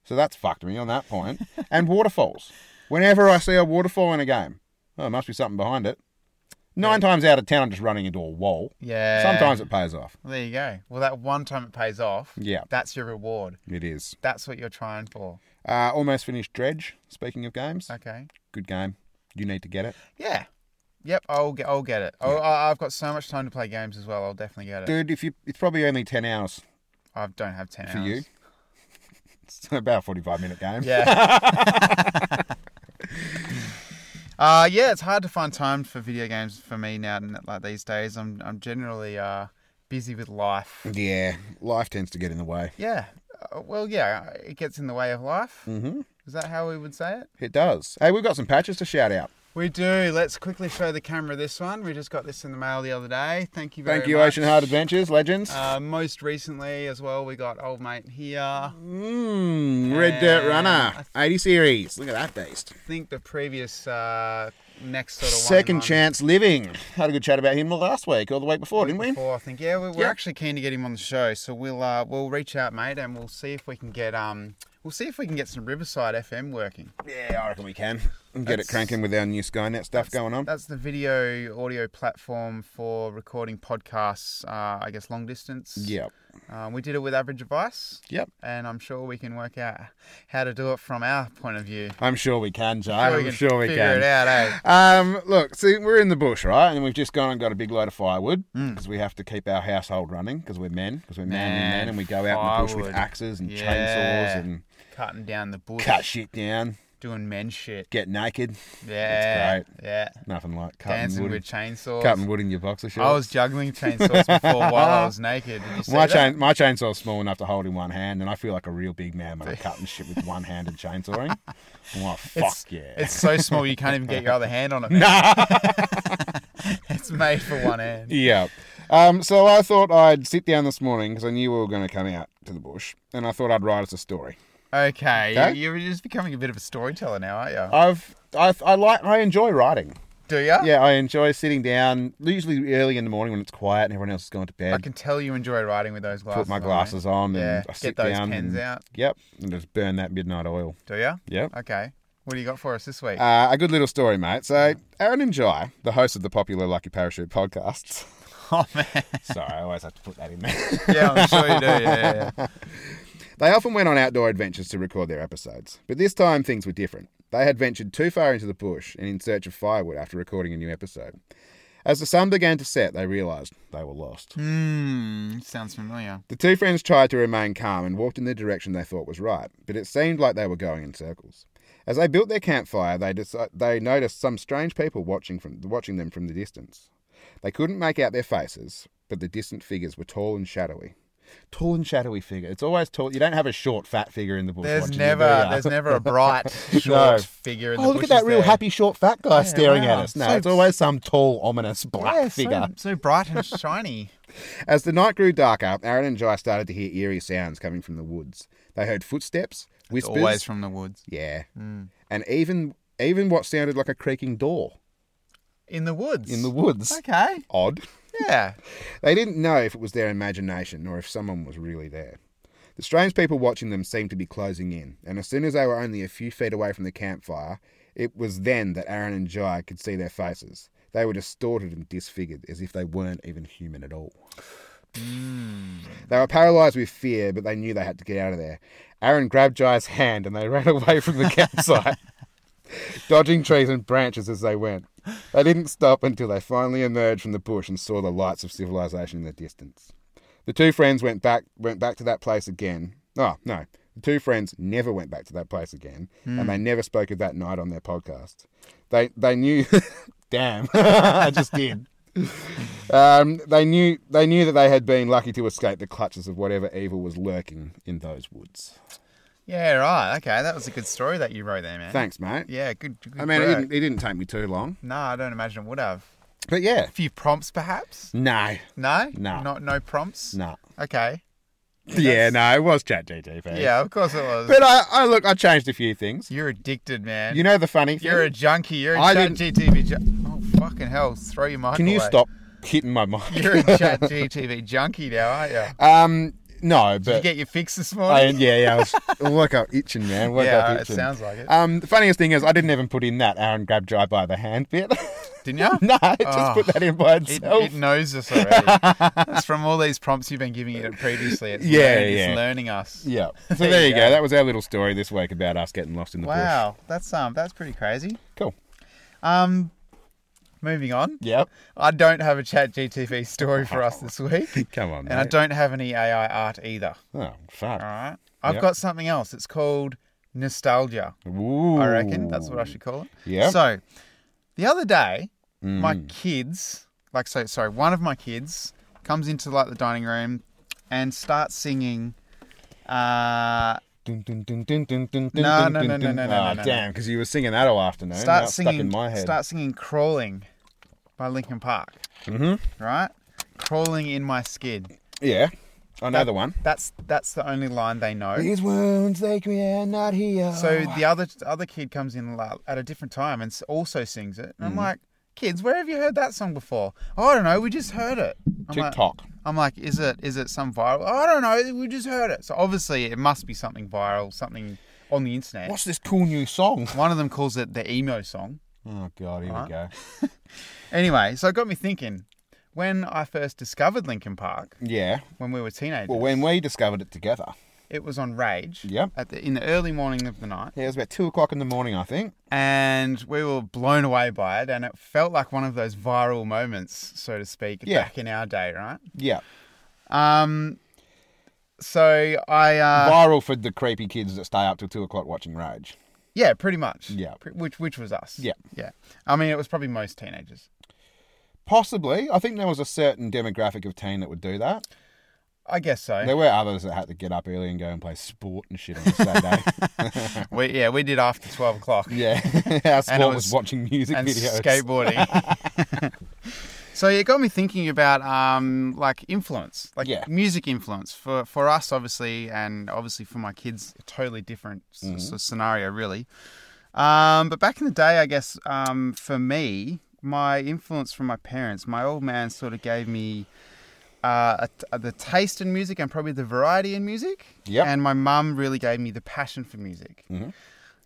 [SPEAKER 3] So that's fucked me on that point. and waterfalls. Whenever I see a waterfall in a game, oh, there must be something behind it. Nine times out of ten, I'm just running into a wall.
[SPEAKER 2] Yeah.
[SPEAKER 3] Sometimes it pays off.
[SPEAKER 2] Well, there you go. Well, that one time it pays off.
[SPEAKER 3] Yeah.
[SPEAKER 2] That's your reward.
[SPEAKER 3] It is.
[SPEAKER 2] That's what you're trying for.
[SPEAKER 3] Uh, almost finished Dredge. Speaking of games,
[SPEAKER 2] Okay.
[SPEAKER 3] Uh, good game. You need to get it,
[SPEAKER 2] Yeah. Yep. I'll get. I'll get it. Oh, I I've got so much time to play games as well. I'll definitely get it.
[SPEAKER 3] dude. If you, it's probably only ten hours
[SPEAKER 2] I don't have ten
[SPEAKER 3] for
[SPEAKER 2] hours.
[SPEAKER 3] you. It's about a forty-five minute game.
[SPEAKER 2] Yeah. uh, yeah, it's hard to find time for video games for me now. n- Like these days, I'm I'm generally uh, busy with life.
[SPEAKER 3] Yeah. Life tends to get in the way.
[SPEAKER 2] Yeah. Uh, well, yeah, it gets in the way of life.
[SPEAKER 3] Mm-hmm.
[SPEAKER 2] Is that how we would say it?
[SPEAKER 3] It does. Hey, we've got some patches to shout out.
[SPEAKER 2] We do. Let's quickly show the camera this one. We just got this in the mail the other day. Thank you very
[SPEAKER 3] Thank you,
[SPEAKER 2] much.
[SPEAKER 3] Ocean Heart Adventures Legends.
[SPEAKER 2] Uh, most recently, as well, we got old mate here.
[SPEAKER 3] Mmm, Red Dirt
[SPEAKER 2] And
[SPEAKER 3] Runner,
[SPEAKER 2] I-
[SPEAKER 3] 80 series. Look at that beast.
[SPEAKER 2] I think the previous uh, next sort of one
[SPEAKER 3] Second
[SPEAKER 2] on-
[SPEAKER 3] Chance Living. Had a good chat about him last week or the week before, didn't we?
[SPEAKER 2] before, I think. Yeah, we, we're
[SPEAKER 3] Yeah.
[SPEAKER 2] actually keen to get him on the show, so we'll uh, we'll reach out, mate, and we'll see if we can get um we'll see if we can get some Riverside FM working.
[SPEAKER 3] Yeah, I reckon we can. And get it
[SPEAKER 2] That's-
[SPEAKER 3] cranking with our new Skynet stuff going on.
[SPEAKER 2] That's the video audio platform for recording podcasts. Uh, I guess long distance.
[SPEAKER 3] Yep,
[SPEAKER 2] Um, we did it with Average Advice,
[SPEAKER 3] yep.
[SPEAKER 2] and I'm sure we can work out how to do it from our point of view.
[SPEAKER 3] I'm sure we can, Jay. I'm sure we
[SPEAKER 2] figure it
[SPEAKER 3] can.
[SPEAKER 2] out, eh?
[SPEAKER 3] Um, look, see, we're in the bush, right? And we've just gone and got a big load of firewood
[SPEAKER 2] Hmm.
[SPEAKER 3] because we have to keep our household running because we're men, because we're manly
[SPEAKER 2] Man,
[SPEAKER 3] men, and we go out in the bush with
[SPEAKER 2] firewood.
[SPEAKER 3] axes and
[SPEAKER 2] Yeah.
[SPEAKER 3] chainsaws and
[SPEAKER 2] Cutting down the bush,
[SPEAKER 3] cut shit down,
[SPEAKER 2] doing men shit.
[SPEAKER 3] get naked.
[SPEAKER 2] Yeah,
[SPEAKER 3] It's
[SPEAKER 2] yeah.
[SPEAKER 3] Nothing like cutting
[SPEAKER 2] Dancing
[SPEAKER 3] wood.
[SPEAKER 2] with chainsaws.
[SPEAKER 3] Cutting wood in your boxer shorts.
[SPEAKER 2] I was juggling chainsaws before while I was naked. Did you see
[SPEAKER 3] my,
[SPEAKER 2] that?
[SPEAKER 3] chain, my chainsaw's small enough to hold in one hand, and I feel like a real big man when I'm cutting shit with one handed chainsawing. I'm like, fuck
[SPEAKER 2] It's-
[SPEAKER 3] yeah.
[SPEAKER 2] It's so small you can't even get your other hand on it. man.
[SPEAKER 3] nah.
[SPEAKER 2] It's made for one hand.
[SPEAKER 3] yeah. Um, so I thought I'd sit down this morning because I knew we were going to come out to the bush, and I thought I'd write us a story.
[SPEAKER 2] Okay,
[SPEAKER 3] Okay.
[SPEAKER 2] You, are just becoming a bit of a storyteller now, aren't you?
[SPEAKER 3] I've I, I like I enjoy writing.
[SPEAKER 2] Do you?
[SPEAKER 3] Yeah, I enjoy sitting down, usually early in the morning when it's quiet and everyone else is going to
[SPEAKER 2] I
[SPEAKER 3] bed.
[SPEAKER 2] can tell you enjoy riding with those glasses.
[SPEAKER 3] put my
[SPEAKER 2] on, mate.
[SPEAKER 3] glasses on,
[SPEAKER 2] Yeah.
[SPEAKER 3] and I
[SPEAKER 2] Get
[SPEAKER 3] sit
[SPEAKER 2] those
[SPEAKER 3] down.
[SPEAKER 2] pens
[SPEAKER 3] and-
[SPEAKER 2] out.
[SPEAKER 3] Yep, and just burn that midnight oil.
[SPEAKER 2] Do you?
[SPEAKER 3] Yep.
[SPEAKER 2] Okay. What do you got for us this week?
[SPEAKER 3] Uh, a good little story, mate. So, Aaron and Jai, the host of the popular Lucky Parachute podcast.
[SPEAKER 2] oh man.
[SPEAKER 3] Sorry, I always have to put that in there.
[SPEAKER 2] yeah, I'm sure you do. Yeah. yeah.
[SPEAKER 3] they often went on outdoor adventures to record their episodes, but this time things were different. They had ventured too far into the bush and in search of firewood after recording a new episode. As the sun began to set, they realised they were lost.
[SPEAKER 2] Hmm. Sounds familiar.
[SPEAKER 3] The two friends tried to remain calm and walked in the direction they thought was right, but it seemed like they were going in circles. As they built their campfire, they, deci- they noticed some strange people watching, from, watching them from the distance. They couldn't make out their faces, but the distant figures were tall and shadowy. Tall and shadowy figure. It's always tall. You don't have a short, fat figure in the bush.
[SPEAKER 2] There's
[SPEAKER 3] watching
[SPEAKER 2] never,
[SPEAKER 3] You, do ya?
[SPEAKER 2] there's never a bright, short
[SPEAKER 3] No.
[SPEAKER 2] figure in
[SPEAKER 3] oh,
[SPEAKER 2] the
[SPEAKER 3] look at
[SPEAKER 2] bushes
[SPEAKER 3] that real
[SPEAKER 2] there.
[SPEAKER 3] happy, short, fat guy staring at
[SPEAKER 2] wow.
[SPEAKER 3] us. No,
[SPEAKER 2] So-
[SPEAKER 3] it's always some tall, ominous black
[SPEAKER 2] Yeah, so-
[SPEAKER 3] figure.
[SPEAKER 2] so bright and shiny.
[SPEAKER 3] As the night grew darker, Aaron and Jai started to hear eerie sounds coming from the woods. They heard footsteps,
[SPEAKER 2] It's
[SPEAKER 3] whispers,
[SPEAKER 2] always from the woods.
[SPEAKER 3] yeah, and even even what sounded like a creaking door.
[SPEAKER 2] in the woods.
[SPEAKER 3] in the woods.
[SPEAKER 2] Okay.
[SPEAKER 3] Odd.
[SPEAKER 2] Yeah.
[SPEAKER 3] They didn't know if it was their imagination or if someone was really there. The strange people watching them seemed to be closing in, and as soon as they were only a few feet away from the campfire, it was then that Aaron and Jai could see their faces. They were distorted and disfigured, as if they weren't even human at all. They were paralyzed with fear, but they knew they had to get out of there. Aaron grabbed Jai's hand and they ran away from the campsite, dodging trees and branches as they went. They didn't stop until they finally emerged from the bush and saw the lights of civilization in the distance. The two friends went back went back to that place again. Oh no. The two friends never went back to that place again, and they never spoke of that night on their podcast. They they knew damn, I just did. Um, they knew they knew that they had been lucky to escape the clutches of whatever evil was lurking in those woods.
[SPEAKER 2] Yeah, right. Okay. That was a good story that you wrote there, man.
[SPEAKER 3] Thanks, mate.
[SPEAKER 2] Yeah, good. good
[SPEAKER 3] I mean, it
[SPEAKER 2] work.
[SPEAKER 3] didn't, it didn't take me too long,
[SPEAKER 2] No, I don't imagine it would have.
[SPEAKER 3] but yeah,
[SPEAKER 2] A few prompts, perhaps?
[SPEAKER 3] no,
[SPEAKER 2] No?
[SPEAKER 3] No.
[SPEAKER 2] Not, no prompts?
[SPEAKER 3] no,
[SPEAKER 2] Okay.
[SPEAKER 3] yeah, no, it was ChatGTP.
[SPEAKER 2] Yeah, of course it was.
[SPEAKER 3] but I, I look, I changed a few things.
[SPEAKER 2] You're addicted, man.
[SPEAKER 3] You know the funny thing.
[SPEAKER 2] You're a junkie. You're a
[SPEAKER 3] I
[SPEAKER 2] chat
[SPEAKER 3] didn't-
[SPEAKER 2] GTV. Ju- oh, fucking hell. Throw your mic
[SPEAKER 3] Can you
[SPEAKER 2] away.
[SPEAKER 3] stop hitting my mic?
[SPEAKER 2] You're a chat GTV junkie now, aren't you?
[SPEAKER 3] um, no, but
[SPEAKER 2] Did you get your fix this
[SPEAKER 3] I,
[SPEAKER 2] morning?
[SPEAKER 3] yeah, yeah, I was woke up itching, man. Woke
[SPEAKER 2] yeah,
[SPEAKER 3] up
[SPEAKER 2] alright, it
[SPEAKER 3] itching.
[SPEAKER 2] sounds like it.
[SPEAKER 3] Um, the funniest thing is, I didn't even put in that Aaron grabbed Jai by the hand bit.
[SPEAKER 2] Didn't you?
[SPEAKER 3] no, I just
[SPEAKER 2] Oh.
[SPEAKER 3] put that in by
[SPEAKER 2] It,
[SPEAKER 3] itself.
[SPEAKER 2] it knows us already. it's from all these prompts you've been giving it previously. It's
[SPEAKER 3] Yeah,
[SPEAKER 2] learning,
[SPEAKER 3] yeah.
[SPEAKER 2] It's learning us.
[SPEAKER 3] yeah. So
[SPEAKER 2] There
[SPEAKER 3] there,
[SPEAKER 2] you
[SPEAKER 3] you go.
[SPEAKER 2] go.
[SPEAKER 3] That was our little story this week about us getting lost in the bush.
[SPEAKER 2] Wow, that's um, that's pretty crazy.
[SPEAKER 3] Cool.
[SPEAKER 2] Um, moving on.
[SPEAKER 3] Yep.
[SPEAKER 2] I don't have a chat GTV story for us this week.
[SPEAKER 3] Come on,
[SPEAKER 2] And I
[SPEAKER 3] mate.
[SPEAKER 2] don't have any AI art either.
[SPEAKER 3] Oh, fuck.
[SPEAKER 2] All right. I've
[SPEAKER 3] Yep.
[SPEAKER 2] got something else. It's called nostalgia.
[SPEAKER 3] Ooh.
[SPEAKER 2] I reckon that's what I should call it.
[SPEAKER 3] Yep.
[SPEAKER 2] So the other day,
[SPEAKER 3] Mm.
[SPEAKER 2] my kids, like so sorry, one of my kids comes into like the dining room and starts singing uh
[SPEAKER 3] Dun, dun, dun, dun, dun, dun, dun,
[SPEAKER 2] No,
[SPEAKER 3] dun,
[SPEAKER 2] no,
[SPEAKER 3] dun,
[SPEAKER 2] no,
[SPEAKER 3] dun.
[SPEAKER 2] no, no, no,
[SPEAKER 3] Ah,
[SPEAKER 2] no, no.
[SPEAKER 3] damn, because you were singing that all afternoon.
[SPEAKER 2] start
[SPEAKER 3] Now it's
[SPEAKER 2] singing
[SPEAKER 3] stuck in my head.
[SPEAKER 2] start singing crawling by Linkin Park. Mm-hmm. Right? Crawling in my skid.
[SPEAKER 3] Yeah. Another one.
[SPEAKER 2] That's that's the only line they know.
[SPEAKER 3] These wounds they create not heal.
[SPEAKER 2] So the other other kid comes in la- at a different time and s- also sings it.
[SPEAKER 3] Mm-hmm.
[SPEAKER 2] And I'm like, kids, where have you heard that song before? Oh, I don't know. We just heard it. I'm like,
[SPEAKER 3] TikTok.
[SPEAKER 2] I'm like, is it is it some viral? Oh, I don't know. We just heard it. So obviously it must be something viral, something on the internet.
[SPEAKER 3] What's this cool new song?
[SPEAKER 2] One of them calls it the emo song.
[SPEAKER 3] Oh god, here we go.
[SPEAKER 2] Anyway, so it got me thinking. When I first discovered Linkin Park,
[SPEAKER 3] Yeah.
[SPEAKER 2] when we were teenagers,
[SPEAKER 3] Well, when we discovered it together,
[SPEAKER 2] it was on Rage.
[SPEAKER 3] Yep.
[SPEAKER 2] At the, in the early morning of the night.
[SPEAKER 3] yeah, it was about two o'clock in the morning, I think.
[SPEAKER 2] and we were blown away by it and it felt like one of those viral moments so to speak
[SPEAKER 3] Yeah.
[SPEAKER 2] back in our day right
[SPEAKER 3] Yeah,
[SPEAKER 2] um so i uh
[SPEAKER 3] viral for the creepy kids that stay up till two o'clock watching Rage.
[SPEAKER 2] yeah pretty much
[SPEAKER 3] Yeah.
[SPEAKER 2] Pre- which which was us
[SPEAKER 3] Yeah.
[SPEAKER 2] yeah i mean it was probably most teenagers
[SPEAKER 3] Possibly, I think there was a certain demographic of teen that would do that.
[SPEAKER 2] i guess so
[SPEAKER 3] There were others that had to get up early and go and play sport and shit on a Saturday.
[SPEAKER 2] we yeah we did after 12 o'clock
[SPEAKER 3] yeah, our sport was,
[SPEAKER 2] was-
[SPEAKER 3] watching music
[SPEAKER 2] and
[SPEAKER 3] videos.
[SPEAKER 2] skateboarding so it got me thinking about um like influence like
[SPEAKER 3] Yeah.
[SPEAKER 2] music influence for for us obviously and obviously for my kids a totally different s- s- scenario really um but back in the day i guess um for me my influence from my parents my old man sort of gave me uh, a, the taste in music and probably the variety in music.
[SPEAKER 3] Yep.
[SPEAKER 2] And my mum really gave me the passion for music.
[SPEAKER 3] Mhm.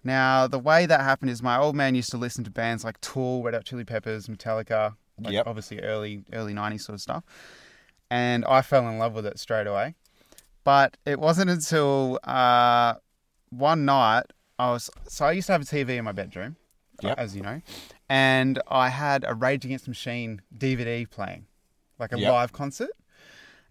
[SPEAKER 2] Now, the way that happened is my old man used to listen to bands like Tool, Red Hot Chili Peppers, Metallica, like
[SPEAKER 3] Yep.
[SPEAKER 2] obviously early early 90s sort of stuff. And I fell in love with it straight away. But it wasn't until uh, one night I was so I used to have a TV in my bedroom, uh,
[SPEAKER 3] Yep.
[SPEAKER 2] as you know, and I had a Rage Against the Machine DVD playing, like a
[SPEAKER 3] Yep.
[SPEAKER 2] live concert.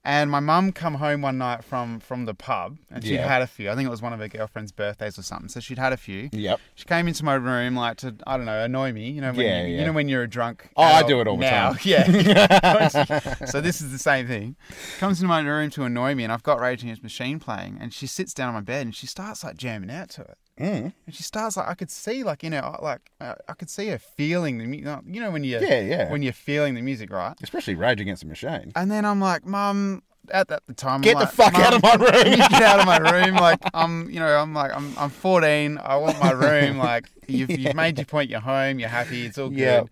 [SPEAKER 2] And my mum come home one night from from the pub, and she'd
[SPEAKER 3] Yeah.
[SPEAKER 2] had a few. I think it was one of her girlfriend's birthdays or something, so she'd had a few.
[SPEAKER 3] Yep.
[SPEAKER 2] She came into my room like to I don't know annoy me, you know. When
[SPEAKER 3] Yeah,
[SPEAKER 2] you, you
[SPEAKER 3] yeah.
[SPEAKER 2] know when you're a drunk.
[SPEAKER 3] Oh, I
[SPEAKER 2] adult
[SPEAKER 3] do it all the
[SPEAKER 2] now.
[SPEAKER 3] time.
[SPEAKER 2] Yeah. so this is the same thing. Comes into my room to annoy me, and I've got Rage Against the Machine playing, and she sits down on my bed and she starts like jamming out to it,
[SPEAKER 3] Mm.
[SPEAKER 2] and she starts like I could see like in her like uh, I could see her feeling the music. You know when you
[SPEAKER 3] Yeah, yeah.
[SPEAKER 2] when you're feeling the music, right? Uh,
[SPEAKER 3] Especially Rage Against the Machine.
[SPEAKER 2] And then I'm like, Mum, at that time, I'm
[SPEAKER 3] Get the
[SPEAKER 2] like,
[SPEAKER 3] fuck out
[SPEAKER 2] "Mum,
[SPEAKER 3] of my
[SPEAKER 2] Can
[SPEAKER 3] room.
[SPEAKER 2] you get out of my room. Like I'm, you know, I'm like I'm, I'm 14. I want my room. Like you've, you've made your point. You're home. You're happy. It's all good.
[SPEAKER 3] Yeah.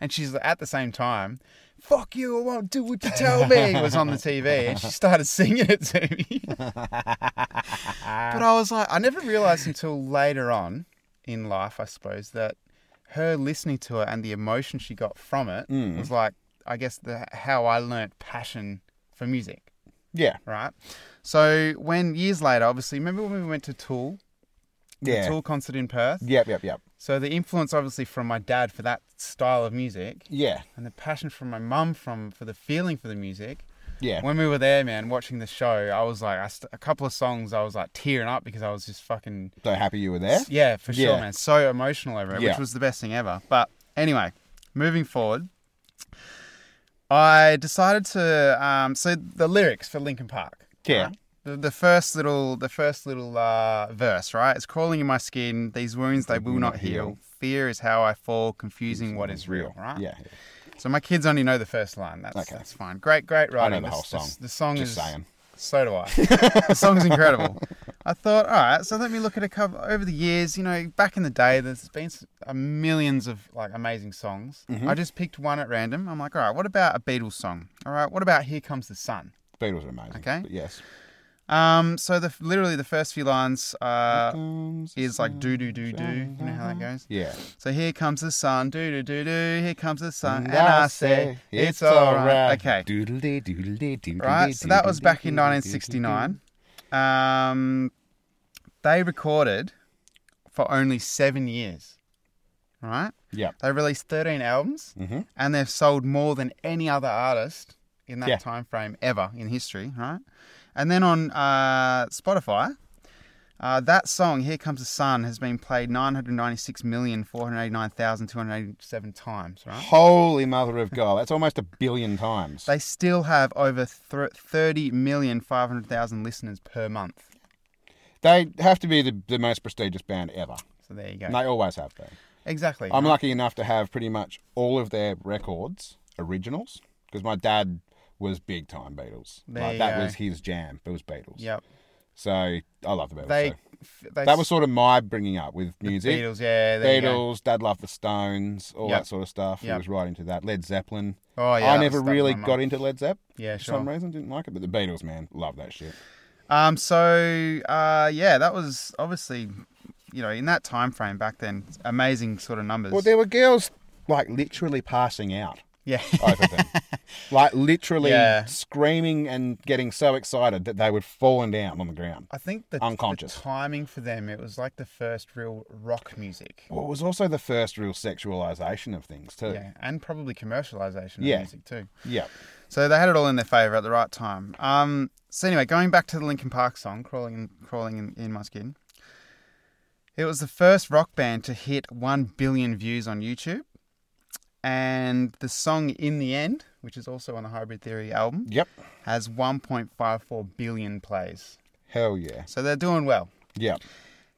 [SPEAKER 2] And she's at the same time. Fuck you! I won't do what you tell me. Was on the TV, and she started singing it to me. but I was like, I never realized until later on in life, I suppose, that her listening to it and the emotion she got from it was like, I guess, the how I learnt passion for music
[SPEAKER 3] yeah.
[SPEAKER 2] right? So when years later, obviously, remember when we went to Tool, the
[SPEAKER 3] Yeah.
[SPEAKER 2] Tool concert in Perth?
[SPEAKER 3] Yep, yep, yep.
[SPEAKER 2] So the influence, obviously, from my dad for that style of music,
[SPEAKER 3] Yeah.
[SPEAKER 2] and the passion from my mum from for the feeling for the music.
[SPEAKER 3] Yeah.
[SPEAKER 2] When we were there, man, watching the show, I was like, I st- a couple of songs, I was like tearing up because I was just fucking
[SPEAKER 3] So happy you were there.
[SPEAKER 2] yeah, for sure,
[SPEAKER 3] Yeah.
[SPEAKER 2] man. So emotional over it,
[SPEAKER 3] Yeah.
[SPEAKER 2] which was the best thing ever. But anyway, moving forward, I decided to. Um, so the lyrics for Linkin Park.
[SPEAKER 3] Yeah.
[SPEAKER 2] right? The, the first little, the first little uh, verse, right? It's crawling in my skin. These wounds they will not heal. Fear is how I fall, confusing what is real. Right.
[SPEAKER 3] Yeah.
[SPEAKER 2] So my kids only know the first line. That's
[SPEAKER 3] Okay.
[SPEAKER 2] that's fine. Great, great writing.
[SPEAKER 3] the
[SPEAKER 2] This-
[SPEAKER 3] whole
[SPEAKER 2] this-
[SPEAKER 3] song.
[SPEAKER 2] The, song
[SPEAKER 3] Just
[SPEAKER 2] is
[SPEAKER 3] saying.
[SPEAKER 2] So do I. the song's incredible. I thought, all right, so let me look at a cover over the years. You know, back in the day, there's been s- uh, millions of like amazing songs. I just picked one at random. I'm like, all right, what about a Beatles song? All right, what about Here Comes the Sun?
[SPEAKER 3] Beatles are amazing.
[SPEAKER 2] Okay.
[SPEAKER 3] But yes.
[SPEAKER 2] Um, so the literally the first few lines uh,
[SPEAKER 3] Comes-
[SPEAKER 2] is like do do do do. You know how that goes.
[SPEAKER 3] Yeah.
[SPEAKER 2] So here comes the sun, do do do do. Here comes the sun,
[SPEAKER 3] And
[SPEAKER 2] and I say it's all right. Okay,
[SPEAKER 3] Doodle-dee, doodle-dee, doodle-dee,
[SPEAKER 2] right? So that was
[SPEAKER 3] doodle-dee,
[SPEAKER 2] back in
[SPEAKER 3] doodle-dee,
[SPEAKER 2] 1969. Um, they recorded for only seven years, right?
[SPEAKER 3] doodle-dee. Yep.
[SPEAKER 2] They released 13 albums,
[SPEAKER 3] Mhm.
[SPEAKER 2] and they've sold more than any other artist in that
[SPEAKER 3] Yeah.
[SPEAKER 2] time frame ever in history, right? And then on uh, Spotify, uh, that song "Here Comes the Sun" has been played 996,489,287 times, right?
[SPEAKER 3] Holy mother of God. That's almost a billion times.
[SPEAKER 2] They still have over thr 30,500,000 listeners per month.
[SPEAKER 3] They have to be the, the most prestigious band ever.
[SPEAKER 2] So there you go.
[SPEAKER 3] And they always have been.
[SPEAKER 2] exactly.
[SPEAKER 3] I'm
[SPEAKER 2] right?
[SPEAKER 3] lucky enough to have pretty much all of their records originals because my dad was big time Beatles.
[SPEAKER 2] There
[SPEAKER 3] like
[SPEAKER 2] you
[SPEAKER 3] that
[SPEAKER 2] go.
[SPEAKER 3] was his jam. It was Beatles.
[SPEAKER 2] Yep.
[SPEAKER 3] So I love the Beatles.
[SPEAKER 2] They,
[SPEAKER 3] so.
[SPEAKER 2] f- they.
[SPEAKER 3] That was sort of my bringing up with music.
[SPEAKER 2] Beatles. Yeah. There you go.
[SPEAKER 3] Beatles, Dad loved the Stones, all
[SPEAKER 2] Yep.
[SPEAKER 3] that sort of stuff. He
[SPEAKER 2] Yep.
[SPEAKER 3] was right into that. Led Zeppelin.
[SPEAKER 2] Oh yeah.
[SPEAKER 3] I
[SPEAKER 2] that
[SPEAKER 3] never
[SPEAKER 2] was- that was
[SPEAKER 3] really
[SPEAKER 2] my mum.
[SPEAKER 3] got into Led Zepp
[SPEAKER 2] Yeah.
[SPEAKER 3] for
[SPEAKER 2] Sure.
[SPEAKER 3] some reason. Didn't like it, but the Beatles, man, love that shit.
[SPEAKER 2] Um, so uh, yeah, that was obviously, you know, in that time frame back then, amazing sort of numbers.
[SPEAKER 3] Well, there were girls like literally passing out
[SPEAKER 2] yeah,
[SPEAKER 3] over them, like literally
[SPEAKER 2] Yeah.
[SPEAKER 3] screaming and getting so excited that they would fallen down on the ground.
[SPEAKER 2] I think the,
[SPEAKER 3] Unconscious.
[SPEAKER 2] the timing for them it was like the first real rock music,
[SPEAKER 3] Well, it was also the first real sexualization of things too.
[SPEAKER 2] yeah, and probably commercialization of
[SPEAKER 3] Yeah.
[SPEAKER 2] music too.
[SPEAKER 3] Yeah.
[SPEAKER 2] So they had it all in their favor at the right time. Um, so anyway, going back to the Linkin Park song, crawling in, crawling in, in my skin. It was the first rock band to hit one billion views on YouTube, and the song "In the End," which is also on the Hybrid Theory album,
[SPEAKER 3] Yep.
[SPEAKER 2] has 1.54 billion plays.
[SPEAKER 3] Hell yeah.
[SPEAKER 2] So they're doing well.
[SPEAKER 3] Yeah.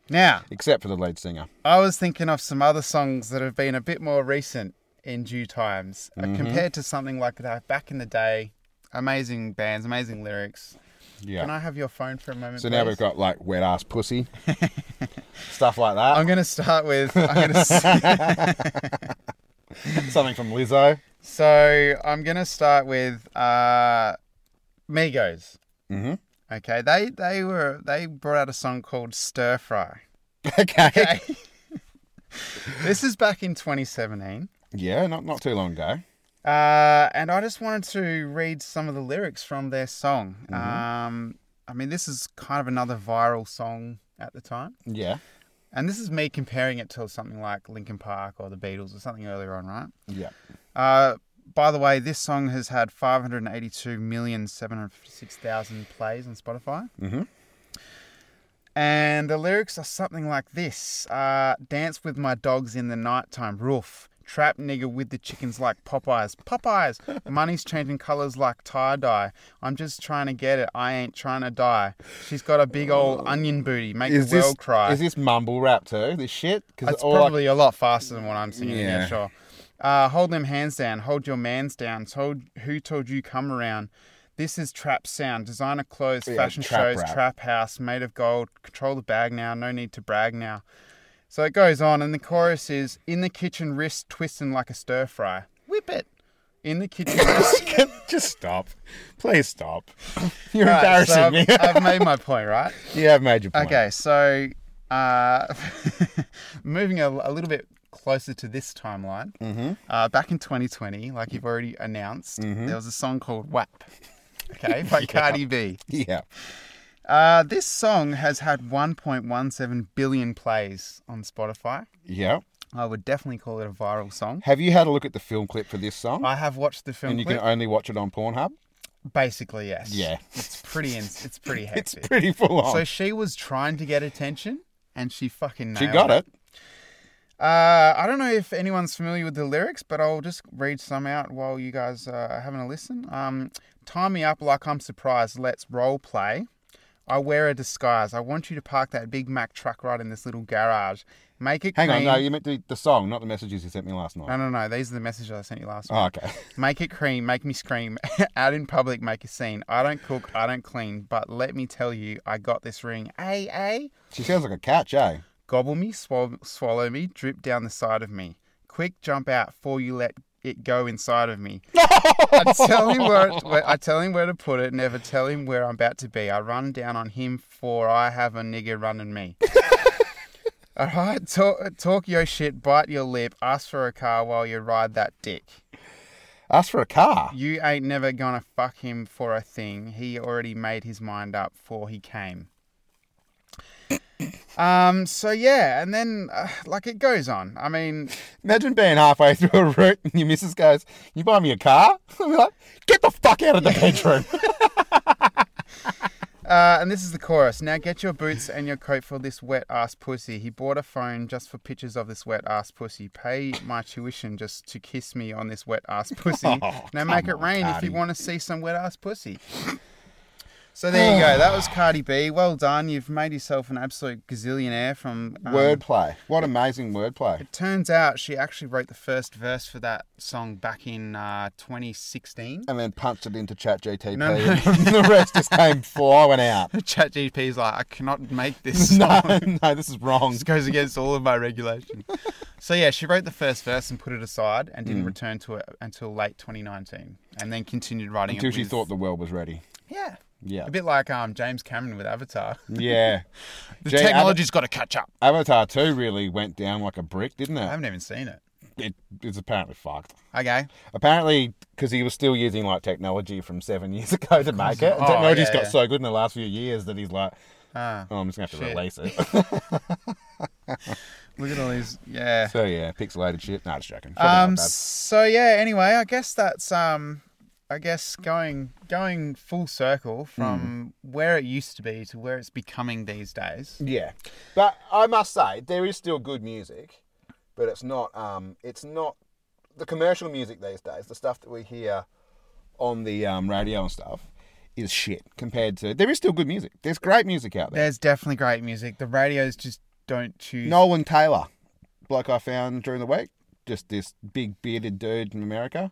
[SPEAKER 2] Now,
[SPEAKER 3] Except for the lead singer.
[SPEAKER 2] I was thinking of some other songs that have been a bit more recent in due times uh, compared to something like that back in the day. Amazing bands, amazing lyrics.
[SPEAKER 3] Yeah.
[SPEAKER 2] Can I have your phone for a moment?
[SPEAKER 3] so now
[SPEAKER 2] please?
[SPEAKER 3] we've got like wet ass pussy, stuff like that.
[SPEAKER 2] I'm going to start with. I'm going to. s-
[SPEAKER 3] Something from Lizzo.
[SPEAKER 2] so I'm going to start with uh, Migos.
[SPEAKER 3] Mhm.
[SPEAKER 2] Okay, they they were they brought out a song called Stir Fry.
[SPEAKER 3] Okay.
[SPEAKER 2] Okay. this is back in 2017.
[SPEAKER 3] Yeah, not not too long ago.
[SPEAKER 2] Uh, and I just wanted to read some of the lyrics from their song.
[SPEAKER 3] Mm-hmm.
[SPEAKER 2] Um, I mean, this is kind of another viral song at the time.
[SPEAKER 3] Yeah.
[SPEAKER 2] And this is me comparing it to something like Linkin Park or the Beatles or something earlier on, right?
[SPEAKER 3] Yeah.
[SPEAKER 2] Uh, by the way, this song has had 582,756,000 plays on Spotify.
[SPEAKER 3] Mhm.
[SPEAKER 2] And the lyrics are something like this uh, Dance with my dogs in the nighttime, roof. Trap nigger with the chickens like Popeyes. Popeyes! Money's changing colours like tie dye. I'm just trying to get it. I ain't trying to die. She's got a big old onion booty. Make
[SPEAKER 3] Oh. Is
[SPEAKER 2] the world
[SPEAKER 3] this
[SPEAKER 2] cry.
[SPEAKER 3] is this mumble rap too? This shit? Because
[SPEAKER 2] It's
[SPEAKER 3] all I
[SPEAKER 2] probably a lot faster than what I'm singing. Yeah,
[SPEAKER 3] Yeah.
[SPEAKER 2] sure. Uh, hold them hands down. Hold your mans down. Told who told you come around. This is trap sound. Designer clothes,
[SPEAKER 3] Yeah,
[SPEAKER 2] fashion
[SPEAKER 3] trap
[SPEAKER 2] shows,
[SPEAKER 3] rap.
[SPEAKER 2] trap house, made of gold. Control the bag now. No need to brag now. So it goes on, and the chorus is in the kitchen, wrist twisting like a stir fry. Whip it. In the kitchen. wrist.
[SPEAKER 3] Just stop. Please stop. You're
[SPEAKER 2] Right,
[SPEAKER 3] embarrassing
[SPEAKER 2] so I've,
[SPEAKER 3] me.
[SPEAKER 2] I've made my point, right?
[SPEAKER 3] you have made your point.
[SPEAKER 2] Okay, so uh, moving a, a little bit closer to this timeline,
[SPEAKER 3] Mm-hmm.
[SPEAKER 2] uh, back in 2020, like you've already announced, there was a song called WAP, okay, by Cardi B.
[SPEAKER 3] Yeah.
[SPEAKER 2] Uh, this song has had 1.17 billion plays on Spotify.
[SPEAKER 3] Yeah.
[SPEAKER 2] I would definitely call it a viral song.
[SPEAKER 3] Have you had a look at the film clip for this song?
[SPEAKER 2] I have watched the film
[SPEAKER 3] and you
[SPEAKER 2] Uh, clip.
[SPEAKER 3] can only watch it on Pornhub?
[SPEAKER 2] Basically, yes.
[SPEAKER 3] Yeah.
[SPEAKER 2] It's pretty. In, it's pretty
[SPEAKER 3] It's
[SPEAKER 2] hectic.
[SPEAKER 3] pretty full on.
[SPEAKER 2] so she was trying to get attention, and she fucking nailed
[SPEAKER 3] she got it.
[SPEAKER 2] Uh, I don't know if anyone's familiar with the lyrics, but I'll just read some out while you guys uh, are having a listen. Um, Tie me up like I'm surprised. Let's role play. I wear a disguise. I want you to park that Big Mac truck right in this little garage. Make it
[SPEAKER 3] Hang on,
[SPEAKER 2] clean.
[SPEAKER 3] no, you meant the, the song, not the messages you sent me last night.
[SPEAKER 2] no, no, no. These are the messages I sent you last week.
[SPEAKER 3] Oh, okay.
[SPEAKER 2] Make it cream, make me scream. Out in public, make a scene. I don't cook, I don't clean, but let me tell you, I got this ring. A A.
[SPEAKER 3] She sounds like a catch, eh?
[SPEAKER 2] Gobble me, swallow, swallow me, drip down the side of me. Quick, jump out before you let it go inside of me. I tell him where, where I tell him where to put it. Never tell him where I'm about to be. I run down on him for I have a nigger running me. All right, talk, talk your shit, bite your lip, ask for a car while you ride that dick.
[SPEAKER 3] Ask for a car.
[SPEAKER 2] You ain't never gonna fuck him for a thing. He already made his mind up before he came. Um. So yeah, and then uh, like it goes on. I mean,
[SPEAKER 3] Imagine being halfway through a route and your missus goes, You buy me a car? I'll be like, Get the fuck out of the bedroom.
[SPEAKER 2] uh, and this is the chorus. Now get your boots and your coat for this wet ass pussy. He bought a phone just for pictures of this wet ass pussy. Pay my tuition just to kiss me on this wet ass pussy.
[SPEAKER 3] Oh,
[SPEAKER 2] now make it
[SPEAKER 3] come on,
[SPEAKER 2] rain if
[SPEAKER 3] Cardi.
[SPEAKER 2] you want to see some wet ass pussy. So there you go. That was Cardi B. Well done. You've made yourself an absolute gazillionaire from um,
[SPEAKER 3] wordplay. What amazing wordplay.
[SPEAKER 2] It turns out she actually wrote the first verse for that song back in uh, 2016.
[SPEAKER 3] And then punched it into ChatGTP.
[SPEAKER 2] No, no.
[SPEAKER 3] And the rest just came flying out.
[SPEAKER 2] ChatGPT is like, I cannot make this
[SPEAKER 3] No,
[SPEAKER 2] song.
[SPEAKER 3] no, this is wrong.
[SPEAKER 2] This goes against all of my regulation. so yeah, she wrote the first verse and put it aside and
[SPEAKER 3] Mm.
[SPEAKER 2] didn't return to it until late 2019, and then continued writing
[SPEAKER 3] Until
[SPEAKER 2] it
[SPEAKER 3] she
[SPEAKER 2] with-
[SPEAKER 3] thought the world was ready.
[SPEAKER 2] yeah.
[SPEAKER 3] Yeah.
[SPEAKER 2] A bit like um, James Cameron with Avatar.
[SPEAKER 3] Yeah.
[SPEAKER 2] The
[SPEAKER 3] Gee, Ava-
[SPEAKER 2] technology's got to catch up.
[SPEAKER 3] Avatar 2 really went down like a brick, didn't
[SPEAKER 2] I
[SPEAKER 3] it?
[SPEAKER 2] haven't even seen it.
[SPEAKER 3] it it's apparently fucked.
[SPEAKER 2] Okay.
[SPEAKER 3] Apparently, because he was still using like technology from seven years ago to make it. And
[SPEAKER 2] Oh,
[SPEAKER 3] technology's
[SPEAKER 2] yeah,
[SPEAKER 3] got
[SPEAKER 2] yeah.
[SPEAKER 3] so good in the last few years that he's like,
[SPEAKER 2] Ah,
[SPEAKER 3] oh, I'm just going to have to
[SPEAKER 2] Shit.
[SPEAKER 3] release it.
[SPEAKER 2] look at all these. Yeah.
[SPEAKER 3] so, yeah, pixelated shit. Nah, just joking. Probably not
[SPEAKER 2] Um.
[SPEAKER 3] bad.
[SPEAKER 2] So yeah. Anyway, I guess that's um. I guess going going full circle from
[SPEAKER 3] Mm.
[SPEAKER 2] where it used to be to where it's becoming these days.
[SPEAKER 3] Yeah, but I must say there is still good music, but it's not. Um, it's not the commercial music these days. The stuff that we hear on the um, radio and stuff is shit compared to. There is still good music. There's great music out there.
[SPEAKER 2] There's definitely great music. The radios just don't choose.
[SPEAKER 3] Nolan Taylor, bloke I found during the week, just this big bearded dude from America.